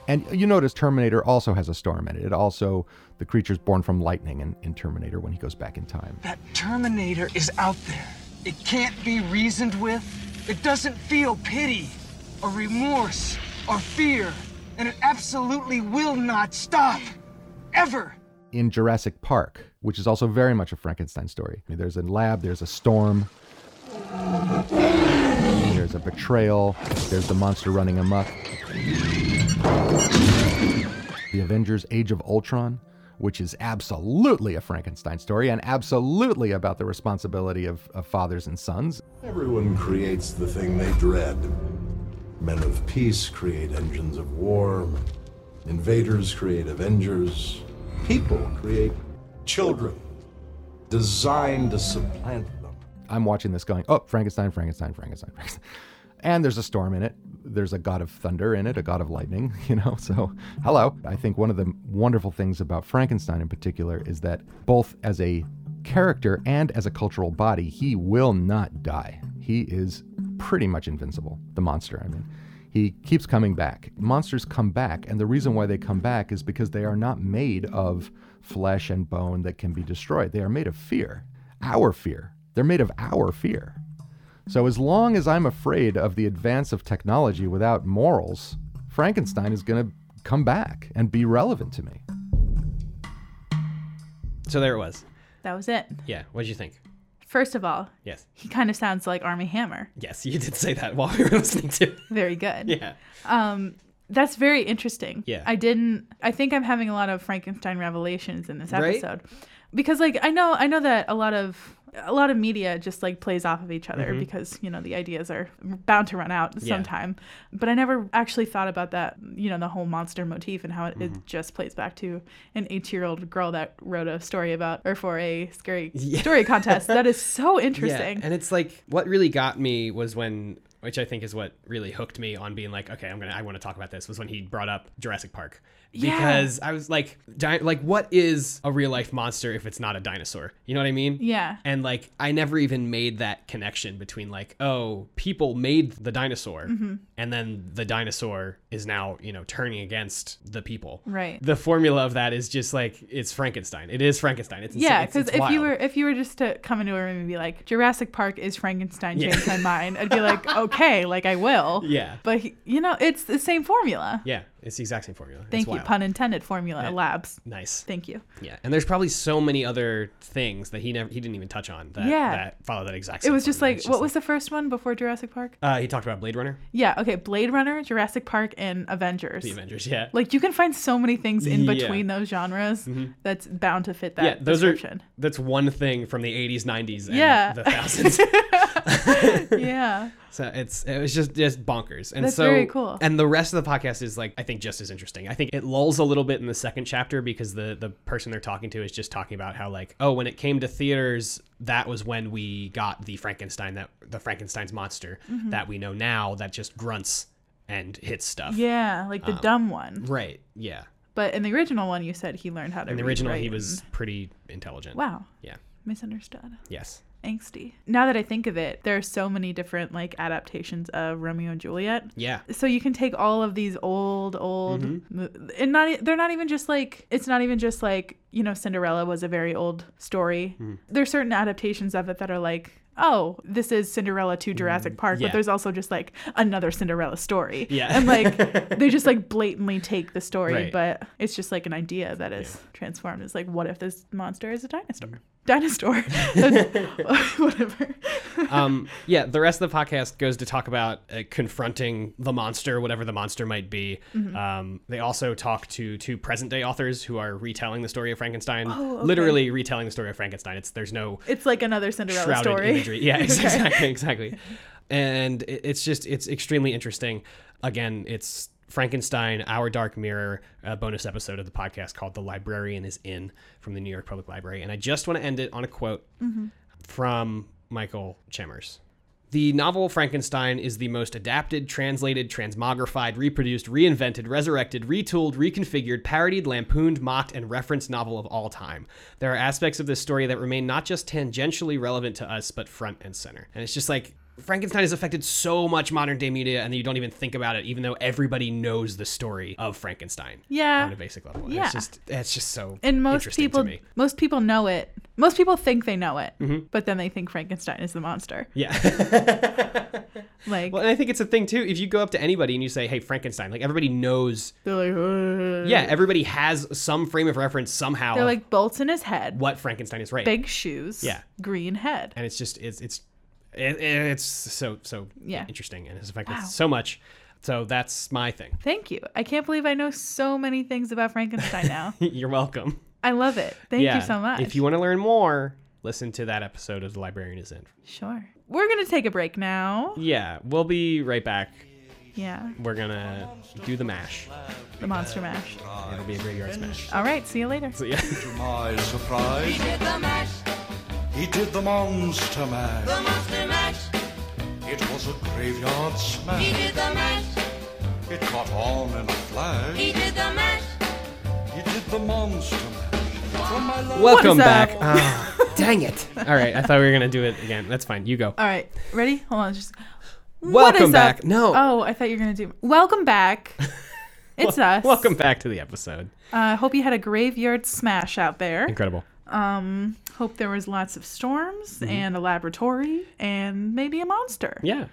[SPEAKER 4] And you notice Terminator also has a storm in it. It also, the creature's born from lightning in, in Terminator when he goes back in time.
[SPEAKER 6] That Terminator is out there. It can't be reasoned with. It doesn't feel pity or remorse or fear. And it absolutely will not stop. Ever.
[SPEAKER 4] In Jurassic Park, which is also very much a Frankenstein story, I mean, there's a lab, there's a storm, there's a betrayal, there's the monster running amok. The Avengers Age of Ultron, which is absolutely a Frankenstein story and absolutely about the responsibility of, of fathers and sons.
[SPEAKER 7] Everyone creates the thing they dread. Men of peace create engines of war. Invaders create avengers. People create children designed to supplant them.
[SPEAKER 4] I'm watching this going, oh, Frankenstein, Frankenstein, Frankenstein, Frankenstein. And there's a storm in it. There's a god of thunder in it, a god of lightning, you know. So, hello. I think one of the wonderful things about Frankenstein in particular is that both as a character and as a cultural body, he will not die. He is pretty much invincible, the monster, I mean. He keeps coming back. Monsters come back, and the reason why they come back is because they are not made of flesh and bone that can be destroyed. They are made of fear, our fear. They're made of our fear. So, as long as I'm afraid of the advance of technology without morals, Frankenstein is going to come back and be relevant to me.
[SPEAKER 2] So there it was.
[SPEAKER 1] That was it.
[SPEAKER 2] Yeah. What did you think?
[SPEAKER 1] First of all,
[SPEAKER 2] Yes.
[SPEAKER 1] he kind of sounds like Army Hammer.
[SPEAKER 2] Yes, you did say that while we were listening to. it.
[SPEAKER 1] Very good.
[SPEAKER 2] Yeah.
[SPEAKER 1] That's very interesting.
[SPEAKER 2] Yeah.
[SPEAKER 1] I didn't I think I'm having a lot of Frankenstein revelations in this
[SPEAKER 2] Right?
[SPEAKER 1] episode. because like I know I know that a lot of a lot of media just like plays off of each other
[SPEAKER 2] Mm-hmm.
[SPEAKER 1] because you know the ideas are bound to run out sometime. But I never actually thought about that. You know the whole monster motif and how it,
[SPEAKER 2] Mm-hmm.
[SPEAKER 1] it just plays back to an eight-year-old girl that wrote a story about or for a scary story contest. That is so interesting.
[SPEAKER 2] And it's like what really got me was when which I think is what really hooked me on being like, okay, I'm gonna I want to talk about this was when he brought up Jurassic Park.
[SPEAKER 1] Yeah.
[SPEAKER 2] Because I was like, di- like, what is a real life monster if it's not a dinosaur? You know what I mean?
[SPEAKER 1] Yeah.
[SPEAKER 2] And like, I never even made that connection between like, oh, people made the dinosaur,
[SPEAKER 1] Mm-hmm.
[SPEAKER 2] and then the dinosaur is now you know turning against the people.
[SPEAKER 1] Right.
[SPEAKER 2] The formula of that is just like it's Frankenstein. It is Frankenstein. It's
[SPEAKER 1] Yeah,
[SPEAKER 2] because
[SPEAKER 1] because if you were if you were just to come into a room and be like Jurassic Park is Frankenstein
[SPEAKER 2] Yeah.
[SPEAKER 1] changed my mind, I'd be like, okay, like I will.
[SPEAKER 2] Yeah.
[SPEAKER 1] But he- you know, it's the same formula.
[SPEAKER 2] yeah, it's the exact same formula. It's
[SPEAKER 1] Thank you,
[SPEAKER 2] wild.
[SPEAKER 1] pun intended. Formula Labs.
[SPEAKER 2] Nice.
[SPEAKER 1] Thank you.
[SPEAKER 2] Yeah, and there's probably so many other things that he never he didn't even touch on that
[SPEAKER 1] Yeah.
[SPEAKER 2] that follow that exact.
[SPEAKER 1] It
[SPEAKER 2] same
[SPEAKER 1] was just
[SPEAKER 2] formula.
[SPEAKER 1] like
[SPEAKER 2] It's
[SPEAKER 1] what was the first one before Jurassic Park?
[SPEAKER 2] uh, he talked about Blade Runner,
[SPEAKER 1] Yeah. Okay. Blade Runner, Jurassic Park, and Avengers.
[SPEAKER 2] the Avengers. Yeah,
[SPEAKER 1] Like you can find so many things in
[SPEAKER 2] Yeah. Mm-hmm.
[SPEAKER 1] between those genres that's bound to fit that
[SPEAKER 2] yeah, those are
[SPEAKER 1] description.
[SPEAKER 2] that's one thing from the 80s, 90s, and
[SPEAKER 1] Yeah.
[SPEAKER 2] the thousands.
[SPEAKER 1] yeah.
[SPEAKER 2] so it's it was just just bonkers, and
[SPEAKER 1] That's
[SPEAKER 2] so
[SPEAKER 1] very cool.
[SPEAKER 2] And the rest of the podcast is like I think just as interesting. I think it lulls a little bit in the second chapter because the the person they're talking to is just talking about how like oh when it came to theaters that was when we got the Frankenstein that the Frankenstein's monster
[SPEAKER 1] Mm-hmm.
[SPEAKER 2] that we know now that just grunts and hits stuff.
[SPEAKER 1] Yeah. Like the
[SPEAKER 2] Um,
[SPEAKER 1] dumb one.
[SPEAKER 2] Right. Yeah.
[SPEAKER 1] But in the original one, you said he learned how to.
[SPEAKER 2] In the
[SPEAKER 1] read,
[SPEAKER 2] original,
[SPEAKER 1] write,
[SPEAKER 2] he
[SPEAKER 1] and-
[SPEAKER 2] was pretty intelligent.
[SPEAKER 1] Wow.
[SPEAKER 2] Yeah.
[SPEAKER 1] Misunderstood.
[SPEAKER 2] Yes.
[SPEAKER 1] angsty. Now that I think of it, there are so many different like adaptations of Romeo and Juliet.
[SPEAKER 2] Yeah.
[SPEAKER 1] So you can take all of these old, old,
[SPEAKER 2] Mm-hmm.
[SPEAKER 1] mo- and not e- they're not even just like it's not even just like you know Cinderella was a very old story.
[SPEAKER 2] Hmm.
[SPEAKER 1] There's certain adaptations of it that are like. Oh, this is Cinderella to Jurassic Park,
[SPEAKER 2] Mm-hmm. Yeah.
[SPEAKER 1] but there's also just like another Cinderella story.
[SPEAKER 2] Yeah.
[SPEAKER 1] And like they just like blatantly take the story,
[SPEAKER 2] Right.
[SPEAKER 1] but it's just like an idea that is transformed. It's like, what if this monster is a dinosaur?
[SPEAKER 2] Mm-hmm.
[SPEAKER 1] Dinosaur. Whatever.
[SPEAKER 2] Um, yeah. The rest of the podcast goes to talk about uh, confronting the monster, whatever the monster might be.
[SPEAKER 1] Mm-hmm.
[SPEAKER 2] Um, they also talk to two present day authors who are retelling the story of Frankenstein.
[SPEAKER 1] Oh, okay.
[SPEAKER 2] Literally retelling the story of Frankenstein. It's there's no
[SPEAKER 1] It's like another Cinderella
[SPEAKER 2] shrouded
[SPEAKER 1] story.
[SPEAKER 2] imagery. Yeah,
[SPEAKER 1] Okay.
[SPEAKER 2] exactly, exactly. And it- it's just it's extremely interesting. Again, it's Frankenstein, Our Dark Mirror, a bonus episode of the podcast called "The Librarian Is In" from the New York Public Library. And I just want to end it on a quote
[SPEAKER 1] Mm-hmm.
[SPEAKER 2] from Michael Chemers. The novel Frankenstein is the most adapted, translated, transmogrified, reproduced, reinvented, resurrected, retooled, reconfigured, parodied, lampooned, mocked, and referenced novel of all time. There are aspects of this story that remain not just tangentially relevant to us, but front and center. And it's just like Frankenstein has affected so much modern day media, and you don't even think about it, even though everybody knows the story of Frankenstein.
[SPEAKER 1] Yeah.
[SPEAKER 2] On a basic level. And
[SPEAKER 1] Yeah.
[SPEAKER 2] It's just, it's just so
[SPEAKER 1] And most
[SPEAKER 2] interesting
[SPEAKER 1] people
[SPEAKER 2] to me. Mm-hmm.
[SPEAKER 1] most people know it. Most people think they know it, but then they think Frankenstein is the monster.
[SPEAKER 2] Yeah.
[SPEAKER 1] Like
[SPEAKER 2] Well, and I think it's a thing too. If you go up to anybody and you say, "Hey, Frankenstein," like everybody knows.
[SPEAKER 1] they're like "Ugh."
[SPEAKER 2] Yeah, everybody has some frame of reference somehow.
[SPEAKER 1] Mm. They're
[SPEAKER 2] of
[SPEAKER 1] like bolts in his head,
[SPEAKER 2] what Frankenstein is, right?
[SPEAKER 1] big shoes,
[SPEAKER 2] Yeah.
[SPEAKER 1] green head.
[SPEAKER 2] And it's just it's it's it, it's so so
[SPEAKER 1] Yeah.
[SPEAKER 2] interesting and has affected so much. So that's my thing.
[SPEAKER 1] Thank you. I can't believe I know so many things about Frankenstein now.
[SPEAKER 2] You're welcome.
[SPEAKER 1] I love it. Thank
[SPEAKER 2] yeah.
[SPEAKER 1] you so much.
[SPEAKER 2] If you want to learn more, listen to that episode of The Librarian Is In.
[SPEAKER 1] Sure. We're going to take a break now.
[SPEAKER 2] Yeah, we'll be right back.
[SPEAKER 1] Yeah.
[SPEAKER 2] We're gonna do the mash.
[SPEAKER 1] The Monster Mash.
[SPEAKER 2] It'll be a graveyard smash.
[SPEAKER 1] All right. See you later.
[SPEAKER 2] So yeah.
[SPEAKER 8] To my surprise, he did the mash. He did the monster mash. The monster mash. It was a graveyard smash. He did the mash. It caught on in a flash. He did the mash. He did the monster mash. From my love.
[SPEAKER 1] What
[SPEAKER 2] Welcome
[SPEAKER 1] is
[SPEAKER 2] back.
[SPEAKER 1] up?
[SPEAKER 2] Ah, dang it. All right, I thought we were gonna do it again. That's fine. You go.
[SPEAKER 1] All right. Ready? Hold on. Just
[SPEAKER 2] Welcome
[SPEAKER 1] What is
[SPEAKER 2] back.
[SPEAKER 1] up?
[SPEAKER 2] No.
[SPEAKER 1] Oh, I thought you were gonna do. Welcome back. It's us.
[SPEAKER 2] Welcome back to the episode.
[SPEAKER 1] I uh, hope you had a graveyard smash out there.
[SPEAKER 2] Incredible.
[SPEAKER 1] Um, hope there was lots of storms and a laboratory and maybe a monster.
[SPEAKER 2] Mm-hmm. Yeah.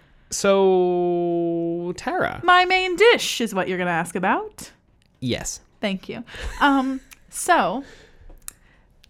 [SPEAKER 2] So, Tara.
[SPEAKER 1] My main dish is what you're gonna ask about.
[SPEAKER 2] Yes.
[SPEAKER 1] Thank you. Um, so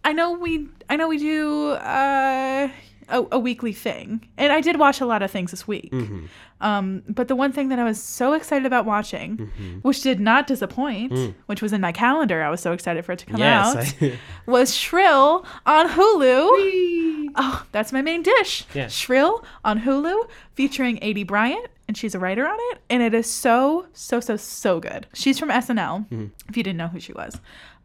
[SPEAKER 1] I know we I know we do uh, a, a weekly thing. And I did watch a lot of things this week.
[SPEAKER 2] Mm-hmm.
[SPEAKER 1] Um, but the one thing that I was so excited about watching,
[SPEAKER 2] Mm-hmm.
[SPEAKER 1] which did not disappoint, which was in my calendar, I was so excited for it to come
[SPEAKER 2] Mm. Yes,
[SPEAKER 1] out,
[SPEAKER 2] I-
[SPEAKER 1] was Shrill on Hulu. Oh, that's my main dish.
[SPEAKER 2] Yeah.
[SPEAKER 1] Shrill on Hulu featuring AD Bryant. And she's a writer on it, and it is so, so, so, so good. She's from SNL,
[SPEAKER 2] Mm-hmm.
[SPEAKER 1] if you didn't know who she was.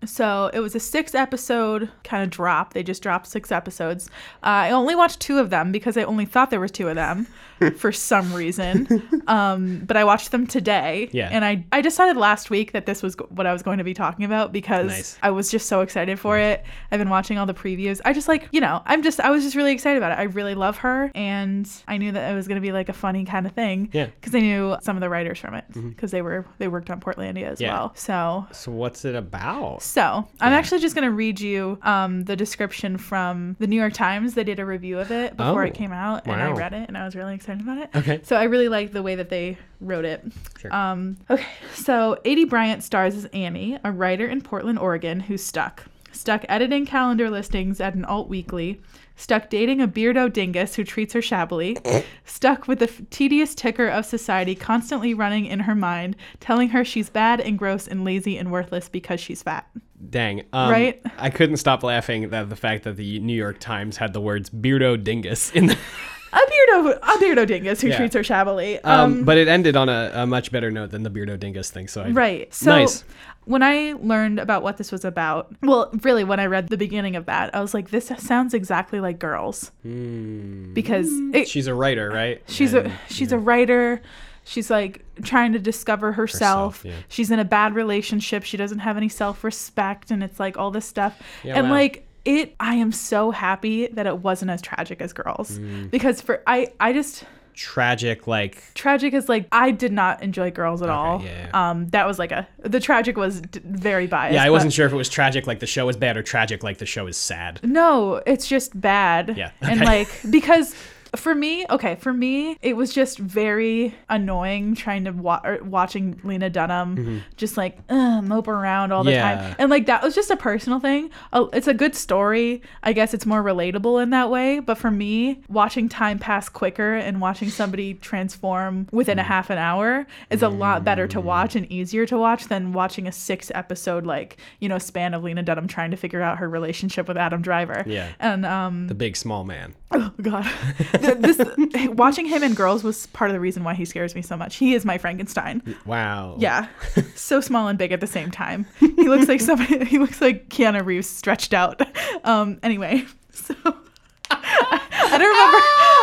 [SPEAKER 1] So it was a six episode kind of drop. They just dropped six episodes. Uh, I only watched two of them because I only thought there was two of them for some reason. Um, but I watched them today.
[SPEAKER 2] Yeah.
[SPEAKER 1] And I, I decided last week that this was g- what I was going to be talking about because
[SPEAKER 2] Nice.
[SPEAKER 1] I was just so excited for it. I've been watching all the previews. I just like, you know, I'm just, I was just really excited about it. I really love her. And I knew that it was going to be like a funny kind of thing.
[SPEAKER 2] Yeah. Mm-hmm.
[SPEAKER 1] Because I knew some of the writers from it because they were, they worked on Portlandia as
[SPEAKER 2] Yeah.
[SPEAKER 1] well. So
[SPEAKER 2] So what's it about?
[SPEAKER 1] so I'm actually just going to read you um, the description from the New York Times. They did a review of it before
[SPEAKER 2] Oh,
[SPEAKER 1] it came out, and I
[SPEAKER 2] wow.
[SPEAKER 1] read it, and I was really excited about it.
[SPEAKER 2] Okay.
[SPEAKER 1] So I really liked the way that they wrote it.
[SPEAKER 2] Sure.
[SPEAKER 1] Um, okay. So A.D. Bryant stars as Annie, a writer in Portland, Oregon, who's stuck. Stuck editing calendar listings at an alt weekly. Stuck dating a beardo dingus who treats her shabbily. stuck with the f- tedious ticker of society constantly running in her mind, telling her she's bad and gross and lazy and worthless because she's fat.
[SPEAKER 2] Dang. Um,
[SPEAKER 1] Right?
[SPEAKER 2] I couldn't stop laughing at the fact that the New York Times had the words beardo dingus in the.
[SPEAKER 1] A beardo, a beardo dingus who
[SPEAKER 2] Yeah.
[SPEAKER 1] treats her shabbily.
[SPEAKER 2] Um, but it ended on a, a much better note than the beardo dingus thing. So I,
[SPEAKER 1] Right. So
[SPEAKER 2] nice.
[SPEAKER 1] when I learned about what this was about, well, really when I read the beginning of that, I was like, this sounds exactly like girls.
[SPEAKER 2] Hmm.
[SPEAKER 1] Because it,
[SPEAKER 2] She's a writer, right?
[SPEAKER 1] she's
[SPEAKER 2] And-
[SPEAKER 1] a she's a writer. She's like trying to discover herself.
[SPEAKER 2] Herself, yeah.
[SPEAKER 1] She's in a bad relationship. She doesn't have any self respect and it's like all this stuff.
[SPEAKER 2] Yeah,
[SPEAKER 1] and
[SPEAKER 2] wow.
[SPEAKER 1] like it I am so happy that it wasn't as tragic as girls.
[SPEAKER 2] Hmm.
[SPEAKER 1] Because for I I just
[SPEAKER 2] tragic, like
[SPEAKER 1] tragic is like I did not enjoy girls at all.
[SPEAKER 2] yeah,
[SPEAKER 1] Um, that was like a the tragic was d- very biased.
[SPEAKER 2] yeah. I
[SPEAKER 1] but-
[SPEAKER 2] wasn't sure if it was tragic, like the show is bad, or tragic, like the show is sad.
[SPEAKER 1] No, it's just bad.
[SPEAKER 2] Yeah,
[SPEAKER 1] and
[SPEAKER 2] okay.
[SPEAKER 1] like because. For me, okay, for me, it was just very annoying trying to wa- or watching Lena Dunham just like uh, mope around all the
[SPEAKER 2] Mm-hmm. Yeah.
[SPEAKER 1] time. And like that was just a personal thing. Uh, It's a good story. I guess it's more relatable in that way. But for me, watching time pass quicker and watching somebody transform within a half an hour is a lot better to watch and easier to watch than watching a six episode, like, you know, span of Lena Dunham trying to figure out her relationship with Adam Driver.
[SPEAKER 2] Yeah.
[SPEAKER 1] And, um,
[SPEAKER 2] The big small man.
[SPEAKER 1] oh God. Th- this, watching him in Girls was part of the reason why he scares me so much. He is my Frankenstein.
[SPEAKER 2] Wow.
[SPEAKER 1] Yeah. so small and big at the same time. He looks like somebody he looks like Keanu Reeves stretched out. Um anyway, so I don't remember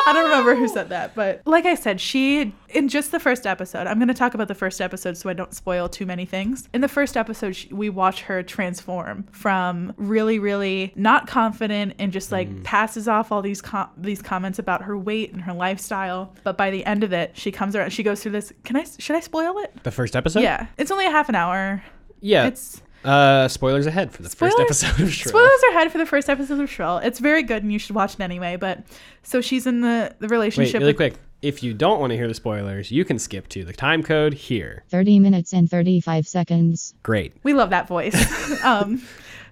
[SPEAKER 1] I don't remember who said that, but like I said, she in just the first episode, I'm going to talk about the first episode so I don't spoil too many things. In the first episode, she, we watch her transform from really really not confident and just like passes off all these com- these comments about her weight and her lifestyle, but by the end of it, she comes around, she goes through this, can I should I spoil it?
[SPEAKER 2] The first episode.
[SPEAKER 1] Yeah, it's only a half an hour.
[SPEAKER 2] Yeah.
[SPEAKER 1] It's
[SPEAKER 2] uh, spoilers ahead for the
[SPEAKER 1] Spoilers-
[SPEAKER 2] first episode of Shrill.
[SPEAKER 1] spoilers are ahead for the first episode of Shrill. It's very good, and you should watch it anyway. But so she's in the the
[SPEAKER 2] Wait,
[SPEAKER 1] relationship.
[SPEAKER 2] really
[SPEAKER 1] with,
[SPEAKER 2] quick. If you don't want to hear the spoilers, you can skip to the time code here.
[SPEAKER 9] 30 minutes and 35 seconds.
[SPEAKER 2] Great.
[SPEAKER 1] We love that voice. um,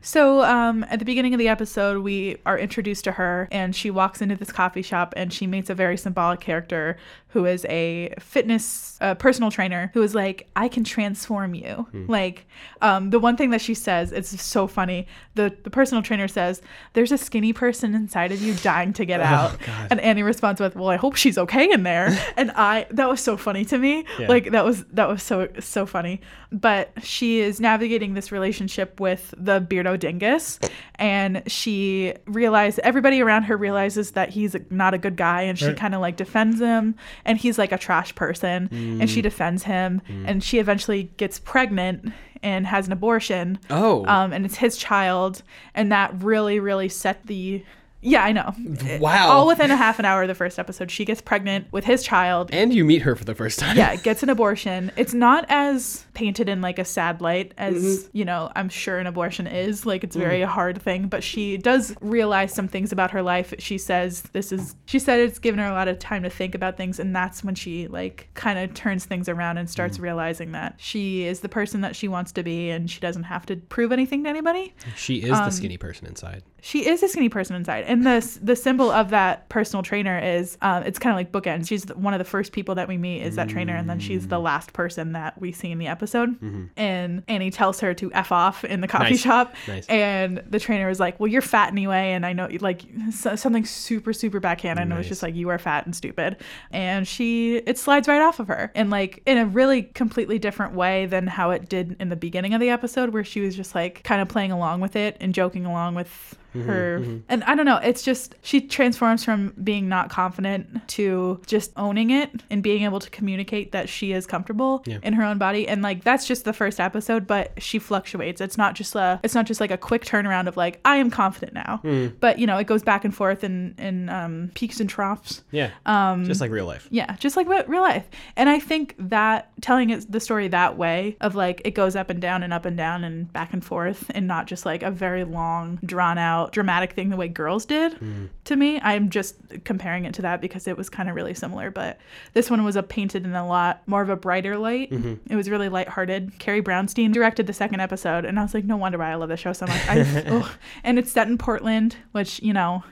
[SPEAKER 1] so um, at the beginning of the episode, we are introduced to her, and she walks into this coffee shop, and she meets a very symbolic character who is a fitness uh, personal trainer who is like, "I can transform you." Like um, the one thing that she says, it's so funny. The the personal trainer says, "There's a skinny person inside of you dying to get out," and Annie responds with, "Well, I hope she's okay in there." and I that was so funny to me. Like that was that was so so funny. But she is navigating this relationship with the beardo dingus, and she realizes everybody around her realizes that he's not a good guy, and she kind of like defends him, and he's like a trash person, and she defends him, and she eventually gets pregnant and has an abortion.
[SPEAKER 2] Oh.
[SPEAKER 1] um, and it's his child, and that really really set the. Yeah, I know.
[SPEAKER 2] Wow.
[SPEAKER 1] All within a half an hour of the first episode, she gets pregnant with his child
[SPEAKER 2] and you meet her for the first time.
[SPEAKER 1] yeah, gets an abortion. It's not as painted in like a sad light as, you know, I'm sure an abortion is. Like it's very a hard thing, but she does realize some things about her life. She says this is she said it's given her a lot of time to think about things and that's when she like kind of turns things around and starts realizing that she is the person that she wants to be and she doesn't have to prove anything to anybody.
[SPEAKER 2] Um, She is the skinny person inside.
[SPEAKER 1] she is a skinny person inside. And the the symbol of that personal trainer is um, it's kind of like bookends. She's the- one of the first people that we meet is that trainer, and then she's the last person that we see in the episode. And Annie tells her to f off in the coffee
[SPEAKER 2] Mm-hmm. Nice.
[SPEAKER 1] shop,
[SPEAKER 2] Nice.
[SPEAKER 1] and the trainer was like, "Well, you're fat anyway," and I know like so- something super super backhanded. And it was
[SPEAKER 2] Nice.
[SPEAKER 1] just like, "You are fat and stupid," and she it slides right off of her, and like in a really completely different way than how it did in the beginning of the episode, where she was just like kind of playing along with it and joking along with her and i don't know it's just she transforms from being not confident to just owning it and being able to communicate that she is comfortable in her own body and like that's just the first episode but she fluctuates it's not just a it's not just like a quick turnaround of like i am confident now but you know it goes back and forth and and um peaks and troughs
[SPEAKER 2] Yeah. Um, just like real life.
[SPEAKER 1] yeah, just like what real life. And I think that telling it, the story that way of like it goes up and down and up and down and back and forth and not just like a very long, drawn out, dramatic thing the way girls did to me. I'm just comparing it to that because it was kind of really similar. But this one was a painted in a lot more of a brighter light. It was really lighthearted. Carrie Brownstein directed the second episode. And I was like, no wonder why I love this show so much. I, ugh. And it's set in Portland, which, you know,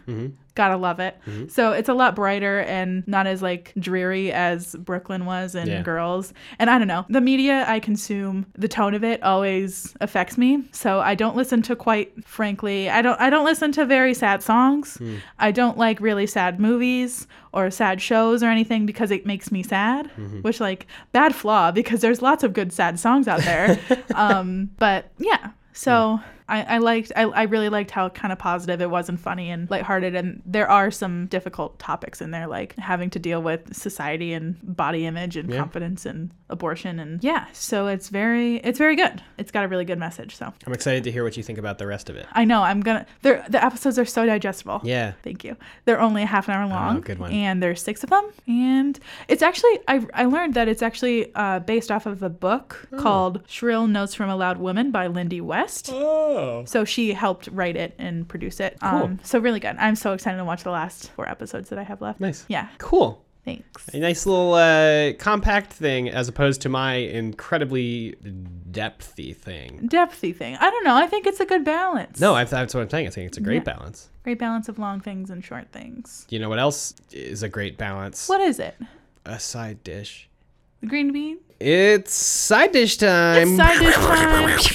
[SPEAKER 1] gotta love it so it's a lot brighter and not as like dreary as brooklyn was and
[SPEAKER 2] Yeah.
[SPEAKER 1] girls and i don't know the media i consume the tone of it always affects me so i don't listen to quite frankly i don't i don't listen to very sad songs i don't like really sad movies or sad shows or anything because it makes me sad which like bad flaw because there's lots of good sad songs out there um but yeah so I, I liked I, I really liked how kind of positive it was and funny and lighthearted and there are some difficult topics in there like having to deal with society and body image and confidence and abortion and yeah so it's very it's very good it's got a really good message so
[SPEAKER 2] I'm excited to hear what you think about the rest of it.
[SPEAKER 1] I know I'm gonna they're, the episodes are so digestible
[SPEAKER 2] Yeah.
[SPEAKER 1] Thank you. They're only a half an hour long.
[SPEAKER 2] Oh, good one.
[SPEAKER 1] And there's six of them. And it's actually, I, I learned that it's actually uh, based off of a book
[SPEAKER 2] Oh.
[SPEAKER 1] called Shrill Notes from a Loud Woman by Lindy West.
[SPEAKER 2] Oh.
[SPEAKER 1] So she helped write it and produce it. Um, so really good. I'm so excited to watch the last four episodes that I have left.
[SPEAKER 2] Nice.
[SPEAKER 1] Yeah.
[SPEAKER 2] Cool.
[SPEAKER 1] Thanks.
[SPEAKER 2] A nice little uh, compact thing as opposed to my incredibly depthy thing.
[SPEAKER 1] Depthy thing. I don't know. I think it's a good balance.
[SPEAKER 2] No, I, that's what I'm saying. I think it's a great balance.
[SPEAKER 1] Great balance of long things and short things.
[SPEAKER 2] You know what else is a great balance?
[SPEAKER 1] What is it?
[SPEAKER 2] A side dish.
[SPEAKER 1] The green bean?
[SPEAKER 2] It's side dish
[SPEAKER 1] It's
[SPEAKER 2] time.
[SPEAKER 1] side dish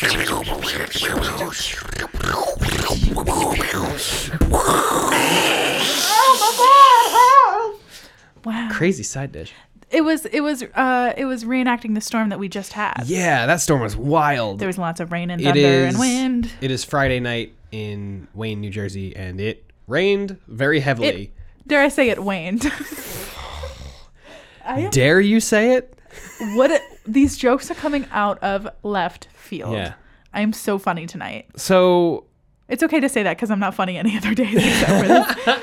[SPEAKER 1] time. Wow.
[SPEAKER 2] Crazy side dish.
[SPEAKER 1] It was it was uh it was reenacting the storm that we just had.
[SPEAKER 2] Yeah, that storm was wild.
[SPEAKER 1] There was lots of rain and
[SPEAKER 2] It
[SPEAKER 1] thunder
[SPEAKER 2] is.
[SPEAKER 1] and wind.
[SPEAKER 2] It is Friday night in Wayne, New Jersey, and it rained very heavily.
[SPEAKER 1] Dare I say it waned? I am
[SPEAKER 2] Dare you say it?
[SPEAKER 1] what a- these jokes are coming out of left field.
[SPEAKER 2] Yeah.
[SPEAKER 1] I am so funny tonight.
[SPEAKER 2] So
[SPEAKER 1] It's okay to say that because I'm not funny any other days except for this.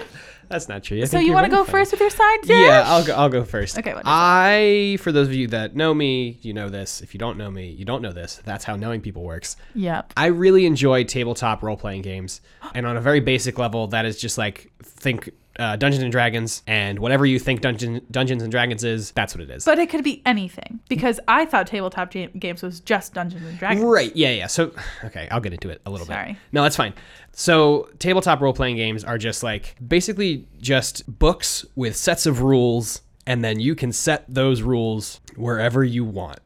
[SPEAKER 2] that's not true. I
[SPEAKER 1] so
[SPEAKER 2] think
[SPEAKER 1] you
[SPEAKER 2] you're
[SPEAKER 1] want to
[SPEAKER 2] very
[SPEAKER 1] go
[SPEAKER 2] funny.
[SPEAKER 1] first with your side dish?
[SPEAKER 2] Yeah, I'll go. I'll go first.
[SPEAKER 1] Okay, what is it?
[SPEAKER 2] I, for those of you that know me, you know this. If you don't know me, you don't know this. That's how knowing people works.
[SPEAKER 1] Yep.
[SPEAKER 2] I really enjoy tabletop role playing games, and on a very basic level, that is just like think uh, Dungeons and Dragons, and whatever you think Dungeon, Dungeons and Dragons is, that's what it is.
[SPEAKER 1] But it could be anything because I thought tabletop ga- games was just Dungeons and Dragons.
[SPEAKER 2] Right. Yeah. Yeah. So, okay, I'll get into it a little
[SPEAKER 1] Sorry.
[SPEAKER 2] bit. No, that's fine. So, tabletop role playing games are just like basically just books with sets of rules, and then you can set those rules wherever you want.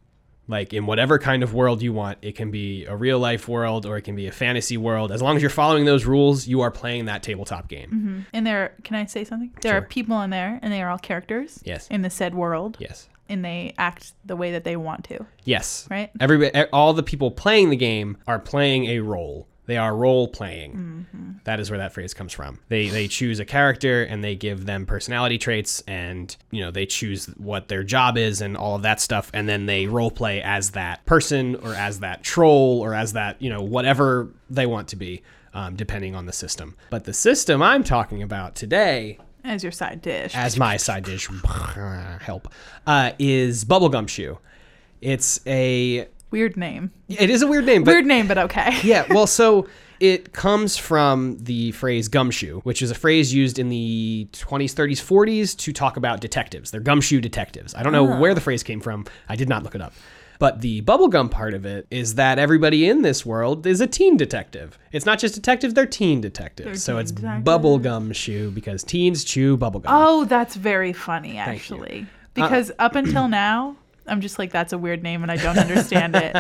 [SPEAKER 2] Like in whatever kind of world you want, it can be a real life world or it can be a fantasy world. As long as you're following those rules, you are playing that tabletop game.
[SPEAKER 1] And there, can I say something? There are people in there, and they are all characters.
[SPEAKER 2] Yes.
[SPEAKER 1] In the said world,
[SPEAKER 2] Yes.
[SPEAKER 1] and they act the way that they want to.
[SPEAKER 2] Yes.
[SPEAKER 1] Right?
[SPEAKER 2] Everybody, e- all the people playing the game are playing a role. They are role playing. That is where that phrase comes from. They they choose a character and they give them personality traits and you know they choose what their job is and all of that stuff and then they role play as that person or as that troll or as that you know whatever they want to be um, depending on the system. But the system I'm talking about today
[SPEAKER 1] As your side dish.
[SPEAKER 2] as my side dish help uh, is bubblegum shoe. It's a
[SPEAKER 1] Weird name.
[SPEAKER 2] it is a weird name, but
[SPEAKER 1] Weird name, but okay.
[SPEAKER 2] yeah. Well, so it comes from the phrase gumshoe, which is a phrase used in the 20s, 30s,
[SPEAKER 1] Ah.
[SPEAKER 2] 40s to talk about detectives. They're gumshoe detectives. I don't know where the phrase came from. I did not look it up. But the bubblegum part of it is that everybody in this world is a teen detective. It's not just detectives, they're teen detectives. so
[SPEAKER 1] teen
[SPEAKER 2] it's
[SPEAKER 1] detectives.
[SPEAKER 2] bubblegum chew because teens chew bubblegum.
[SPEAKER 1] Oh, that's very funny,
[SPEAKER 2] you. Uh,
[SPEAKER 1] actually. Because up until now, I'm just like, that's a weird name and I don't understand it.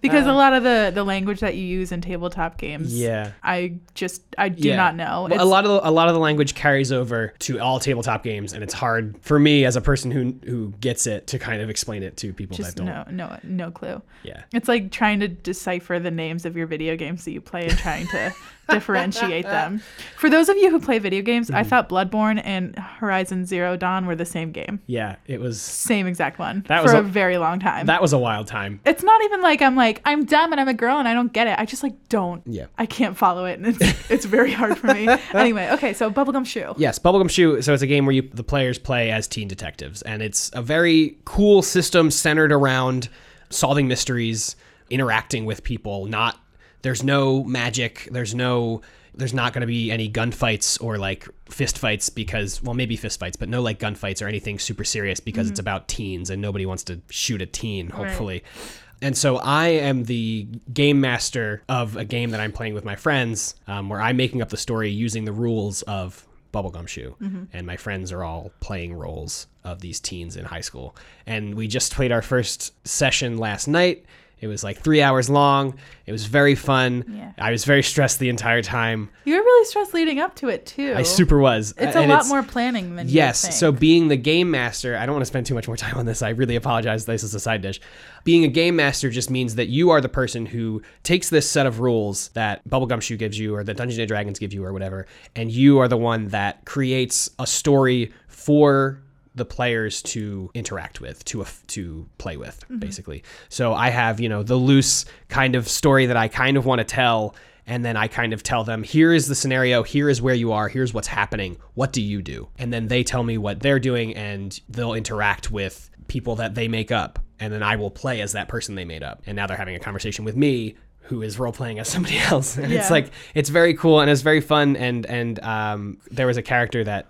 [SPEAKER 1] Because a lot of the, the language that you use in tabletop games,
[SPEAKER 2] Yeah.
[SPEAKER 1] I just, I do
[SPEAKER 2] Yeah.
[SPEAKER 1] not know.
[SPEAKER 2] Well, a lot of the, a lot of the language carries over to all tabletop games, and it's hard for me as a person who who gets it to kind of explain it to people
[SPEAKER 1] just
[SPEAKER 2] that don't.
[SPEAKER 1] no, no, no clue.
[SPEAKER 2] Yeah.
[SPEAKER 1] It's like trying to decipher the names of your video games that you play and trying to differentiate them. For those of you who play video games,
[SPEAKER 2] Mm-hmm.
[SPEAKER 1] I thought Bloodborne and Horizon Zero Dawn were the same game.
[SPEAKER 2] Yeah, it was
[SPEAKER 1] Same exact one
[SPEAKER 2] That
[SPEAKER 1] for
[SPEAKER 2] was
[SPEAKER 1] a,
[SPEAKER 2] a-
[SPEAKER 1] very long time.
[SPEAKER 2] that was a wild time.
[SPEAKER 1] it's not even like I'm like I'm dumb and I'm a girl and I don't get it. I just like don't.
[SPEAKER 2] Yeah.
[SPEAKER 1] I can't follow it and it's, it's very hard for me. Anyway, okay, so bubblegum shoe.
[SPEAKER 2] Yes, Bubblegum Shoe. So it's a game where you the players play as teen detectives, and it's a very cool system centered around solving mysteries, interacting with people. Not there's no magic. There's no there's not going to be any gunfights or like fist fights because well maybe fist fights but no like gunfights or anything super serious because it's about teens and nobody wants to shoot a teen hopefully and so I am the game master of a game that I'm playing with my friends, um, where I'm making up the story using the rules of Bubblegum Shoe.
[SPEAKER 1] Mm-hmm.
[SPEAKER 2] And my friends are all playing roles of these teens in high school. And we just played our first session last night. It was like three hours long. It was very fun.
[SPEAKER 1] Yeah.
[SPEAKER 2] I was very stressed the entire time.
[SPEAKER 1] You were really stressed leading up to it too.
[SPEAKER 2] I super was. Uh,
[SPEAKER 1] It's a
[SPEAKER 2] a
[SPEAKER 1] lot more planning than you think.
[SPEAKER 2] Yes. So being the game master, I don't want to spend too much more time on this. I really apologize. This is a side dish. Being a game master just means that you are the person who takes this set of rules that Bubblegum Shoe gives you or that Dungeons and Dragons give you or whatever, and you are the one that creates a story for the players to interact with, to af- to play with, basically. So I have you know the loose kind of story that I kind of want to tell, and then I kind of tell them, here is the scenario, here is where you are, here's what's happening, what do you do? And then they tell me what they're doing, and they'll interact with people that they make up, and then I will play as that person they made up, and now they're having a conversation with me. Who is role playing as somebody else? And it's
[SPEAKER 1] Yeah.
[SPEAKER 2] like it's very cool and it's very fun. And and um, there was a character that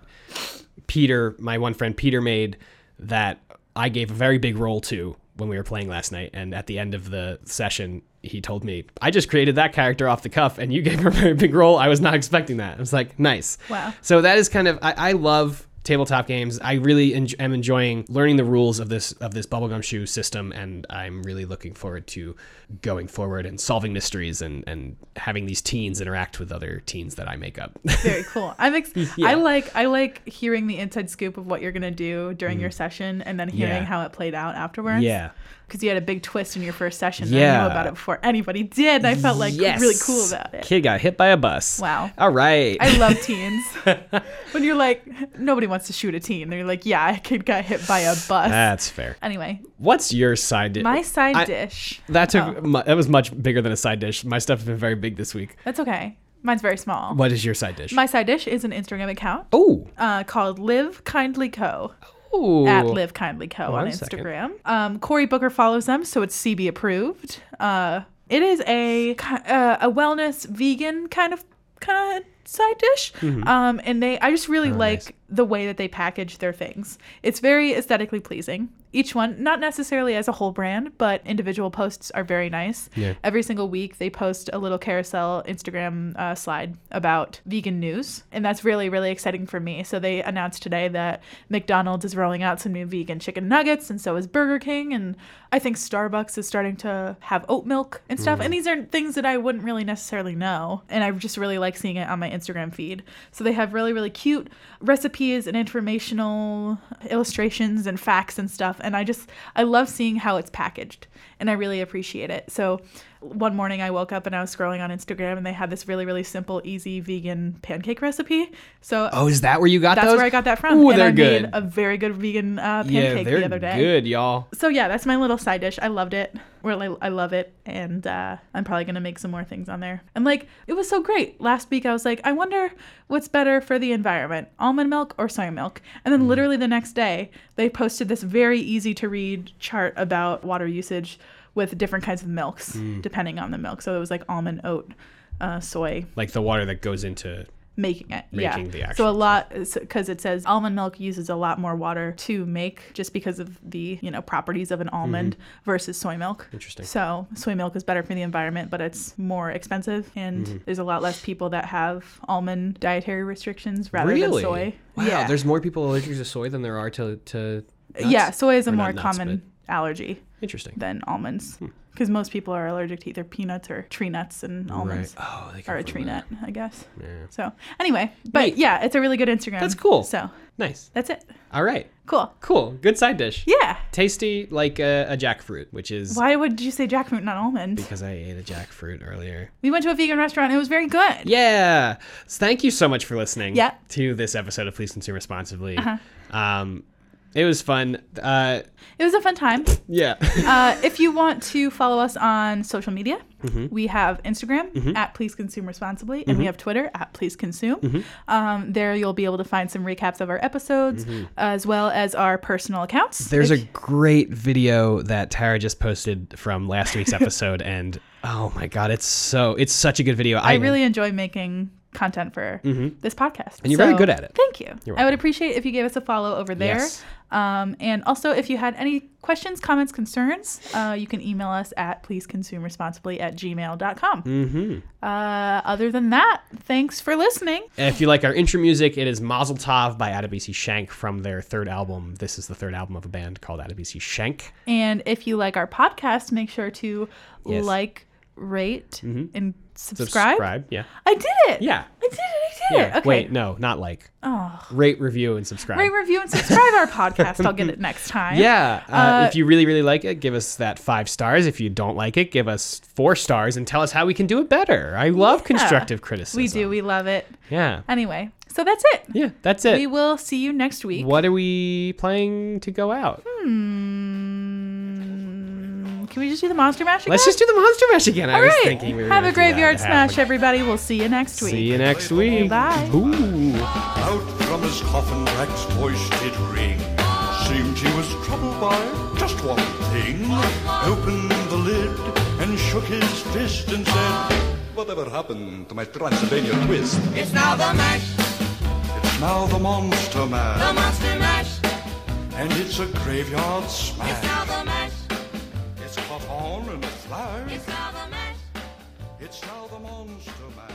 [SPEAKER 2] Peter, my one friend Peter, made that I gave a very big role to when we were playing last night. And at the end of the session, he told me, I just created that character off the cuff and you gave her a very big role. I was not expecting that. I was like, nice.
[SPEAKER 1] Wow.
[SPEAKER 2] So that is kind of, I, I love tabletop games. I really en- am enjoying learning the rules of this of this bubblegum shoe system and I'm really looking forward to going forward and solving mysteries and and having these teens interact with other teens that I make up.
[SPEAKER 1] very cool. I'm ex- I like I like hearing the inside scoop of what you're gonna do during your session and then hearing
[SPEAKER 2] Mm. Yeah.
[SPEAKER 1] how it played out afterwards.
[SPEAKER 2] Yeah.
[SPEAKER 1] Because you had a big twist in your first session. And I knew
[SPEAKER 2] Yeah.
[SPEAKER 1] about it before anybody did. And I felt like really cool about it.
[SPEAKER 2] Kid got hit by a bus.
[SPEAKER 1] Wow.
[SPEAKER 2] All right.
[SPEAKER 1] I love teens. when you're like, nobody wants to shoot a teen. They're like, yeah, a kid got hit by a bus.
[SPEAKER 2] That's fair.
[SPEAKER 1] anyway,
[SPEAKER 2] What's your side dish?
[SPEAKER 1] my oh. side
[SPEAKER 2] I-
[SPEAKER 1] dish.
[SPEAKER 2] That took mu- that was much bigger than a side dish. My stuff has been very big this week.
[SPEAKER 1] That's okay. Mine's very small.
[SPEAKER 2] What is your side dish?
[SPEAKER 1] My side dish is an Instagram account
[SPEAKER 2] oh,
[SPEAKER 1] uh, called Live Kindly Co.
[SPEAKER 2] Ooh.
[SPEAKER 1] at Live Kindly Co on
[SPEAKER 2] a second.
[SPEAKER 1] Instagram. Um, Cory Booker follows them, so it's CB approved. Uh, it is a ki- uh, a wellness vegan kind of kind of side dish,
[SPEAKER 2] Mm-hmm.
[SPEAKER 1] um, and they I just
[SPEAKER 2] Oh,
[SPEAKER 1] really like the way that they package their things. It's very aesthetically pleasing. Each one, not necessarily as a whole brand, but individual posts are very nice.
[SPEAKER 2] Yeah.
[SPEAKER 1] Every single week, they post a little carousel Instagram uh, slide about vegan news. And that's really, really exciting for me. So they announced today that McDonald's is rolling out some new vegan chicken nuggets, and so is Burger King. And I think Starbucks is starting to have oat milk and stuff. And these are things that I wouldn't really necessarily know. And I just really like seeing it on my Instagram feed. So they have really, really cute recipes and informational illustrations and facts and stuff. And I just, I love seeing how it's packaged and I really appreciate it. So one morning I woke up and I was scrolling on Instagram and they had this really, really simple, easy vegan pancake recipe. So
[SPEAKER 2] Oh, is that where you got
[SPEAKER 1] that's
[SPEAKER 2] those?
[SPEAKER 1] where I got that from.
[SPEAKER 2] Ooh,
[SPEAKER 1] and
[SPEAKER 2] they're
[SPEAKER 1] I
[SPEAKER 2] good.
[SPEAKER 1] made a very good vegan uh,
[SPEAKER 2] yeah,
[SPEAKER 1] pancake
[SPEAKER 2] they're
[SPEAKER 1] the other day.
[SPEAKER 2] good, y'all.
[SPEAKER 1] So yeah, that's my little side dish. I loved it. Really, I love it, and uh, I'm probably gonna make some more things on there. And like, it was so great. Last week I was like, I wonder what's better for the environment, almond milk or soy milk. And
[SPEAKER 2] Mm.
[SPEAKER 1] then literally the next day, they posted this very easy to read chart about water usage with different kinds of
[SPEAKER 2] Mm.
[SPEAKER 1] milks, depending on the milk. So it was like almond, oat, uh, soy,
[SPEAKER 2] Like the water that goes into
[SPEAKER 1] making it.
[SPEAKER 2] Making
[SPEAKER 1] yeah.
[SPEAKER 2] the
[SPEAKER 1] so
[SPEAKER 2] actual
[SPEAKER 1] a lot because it says almond milk uses a lot more water to make just because of the you know properties of an almond versus soy milk.
[SPEAKER 2] Mm-hmm. Interesting.
[SPEAKER 1] So soy milk is better for the environment, but it's more expensive, and
[SPEAKER 2] Mm-hmm.
[SPEAKER 1] there's a lot less people that have almond dietary restrictions rather
[SPEAKER 2] Really?
[SPEAKER 1] than soy.
[SPEAKER 2] Wow,
[SPEAKER 1] yeah.
[SPEAKER 2] there's more people allergic to soy than there are to to nuts?
[SPEAKER 1] yeah, soy is a
[SPEAKER 2] Or not
[SPEAKER 1] more
[SPEAKER 2] nuts,
[SPEAKER 1] common allergy
[SPEAKER 2] but- Hmm. Interesting.
[SPEAKER 1] than almonds because most people are allergic to either peanuts or tree nuts and almonds
[SPEAKER 2] Oh, they
[SPEAKER 1] or
[SPEAKER 2] come
[SPEAKER 1] a
[SPEAKER 2] from
[SPEAKER 1] tree
[SPEAKER 2] there.
[SPEAKER 1] nut, I guess.
[SPEAKER 2] Yeah.
[SPEAKER 1] So anyway, but
[SPEAKER 2] Neat.
[SPEAKER 1] yeah, it's a really good Instagram.
[SPEAKER 2] That's cool.
[SPEAKER 1] So
[SPEAKER 2] Nice.
[SPEAKER 1] that's it.
[SPEAKER 2] All right.
[SPEAKER 1] Cool.
[SPEAKER 2] Cool. Good side dish.
[SPEAKER 1] Yeah.
[SPEAKER 2] Tasty like a, a jackfruit, which is
[SPEAKER 1] Why would you say jackfruit, not almond?
[SPEAKER 2] because I ate a jackfruit earlier.
[SPEAKER 1] We went to a vegan restaurant. It was very good.
[SPEAKER 2] Yeah. So thank you so much for listening
[SPEAKER 1] Yeah. Uh-huh.
[SPEAKER 2] to this episode of Please Consume Responsibly. Um, it was fun. Uh,
[SPEAKER 1] It was a fun time.
[SPEAKER 2] yeah.
[SPEAKER 1] Uh, if you want to follow us on social media,
[SPEAKER 2] Mm-hmm.
[SPEAKER 1] we have Instagram at Please Consume Responsibly, and we have Twitter at Please Consume.
[SPEAKER 2] Mm-hmm.
[SPEAKER 1] Um, there you'll be able to find some recaps of our episodes, as well as our personal accounts.
[SPEAKER 2] Mm-hmm. There's a
[SPEAKER 1] If-
[SPEAKER 2] great video that Tara just posted from last week's episode, and oh my god, it's so it's such a good video.
[SPEAKER 1] I really enjoy making content for this podcast.
[SPEAKER 2] Mm-hmm. And you're very good at it.
[SPEAKER 1] Thank you. I would
[SPEAKER 2] welcome.
[SPEAKER 1] appreciate if you gave us a follow over there.
[SPEAKER 2] Yes.
[SPEAKER 1] Um, and also, if you had any questions, comments, concerns, uh, you can email us at pleaseconsumeresponsibly at gmail.com. Mm-hmm. Uh, other than that, thanks for listening.
[SPEAKER 2] If you like our intro music, it is Mazel Tov by Adabisi Shank from their third album. This is the third album of a band called Adabisi Shank.
[SPEAKER 1] And if you like our podcast, make sure to
[SPEAKER 2] Yes. Mm-hmm.
[SPEAKER 1] like, rate, and subscribe.
[SPEAKER 2] Subscribe? Yeah.
[SPEAKER 1] I did it.
[SPEAKER 2] Yeah.
[SPEAKER 1] I did it. I did it.
[SPEAKER 2] Yeah.
[SPEAKER 1] Okay.
[SPEAKER 2] Wait, no, not like. Oh. Rate, review, and subscribe.
[SPEAKER 1] Rate, review, and subscribe our podcast. I'll get it next time.
[SPEAKER 2] Yeah. Uh,
[SPEAKER 1] Uh,
[SPEAKER 2] if you really, really like it, give us that five stars. If you don't like it, give us four stars and tell us how we can do it better. I love constructive criticism.
[SPEAKER 1] We do. We love it.
[SPEAKER 2] Yeah.
[SPEAKER 1] Anyway, so that's it.
[SPEAKER 2] Yeah. That's it.
[SPEAKER 1] We will see you next week.
[SPEAKER 2] What are we playing to go out?
[SPEAKER 1] Hmm. Can we just do the monster mash again?
[SPEAKER 2] Let's just do the Monster Mash again. I
[SPEAKER 1] All
[SPEAKER 2] was
[SPEAKER 1] right.
[SPEAKER 2] thinking we were
[SPEAKER 1] have
[SPEAKER 2] gonna
[SPEAKER 1] a
[SPEAKER 2] do that.
[SPEAKER 1] graveyard
[SPEAKER 2] Have
[SPEAKER 1] smash,
[SPEAKER 2] a-
[SPEAKER 1] everybody. We'll see you next week.
[SPEAKER 2] See you next week.
[SPEAKER 1] Bye.
[SPEAKER 2] Ooh.
[SPEAKER 8] Out from his coffin Rack's voice did ring. Seemed he was troubled by just one thing. Opened the lid and shook his fist and said, Whatever happened to my Transylvania twist?
[SPEAKER 5] It's now the mash,
[SPEAKER 8] It's now the Monster Man,
[SPEAKER 5] monster mash.
[SPEAKER 8] and it's a graveyard smash.
[SPEAKER 5] the mash,
[SPEAKER 8] It's caught on in a flash.
[SPEAKER 5] now the mash.
[SPEAKER 8] It's now the Monster Man.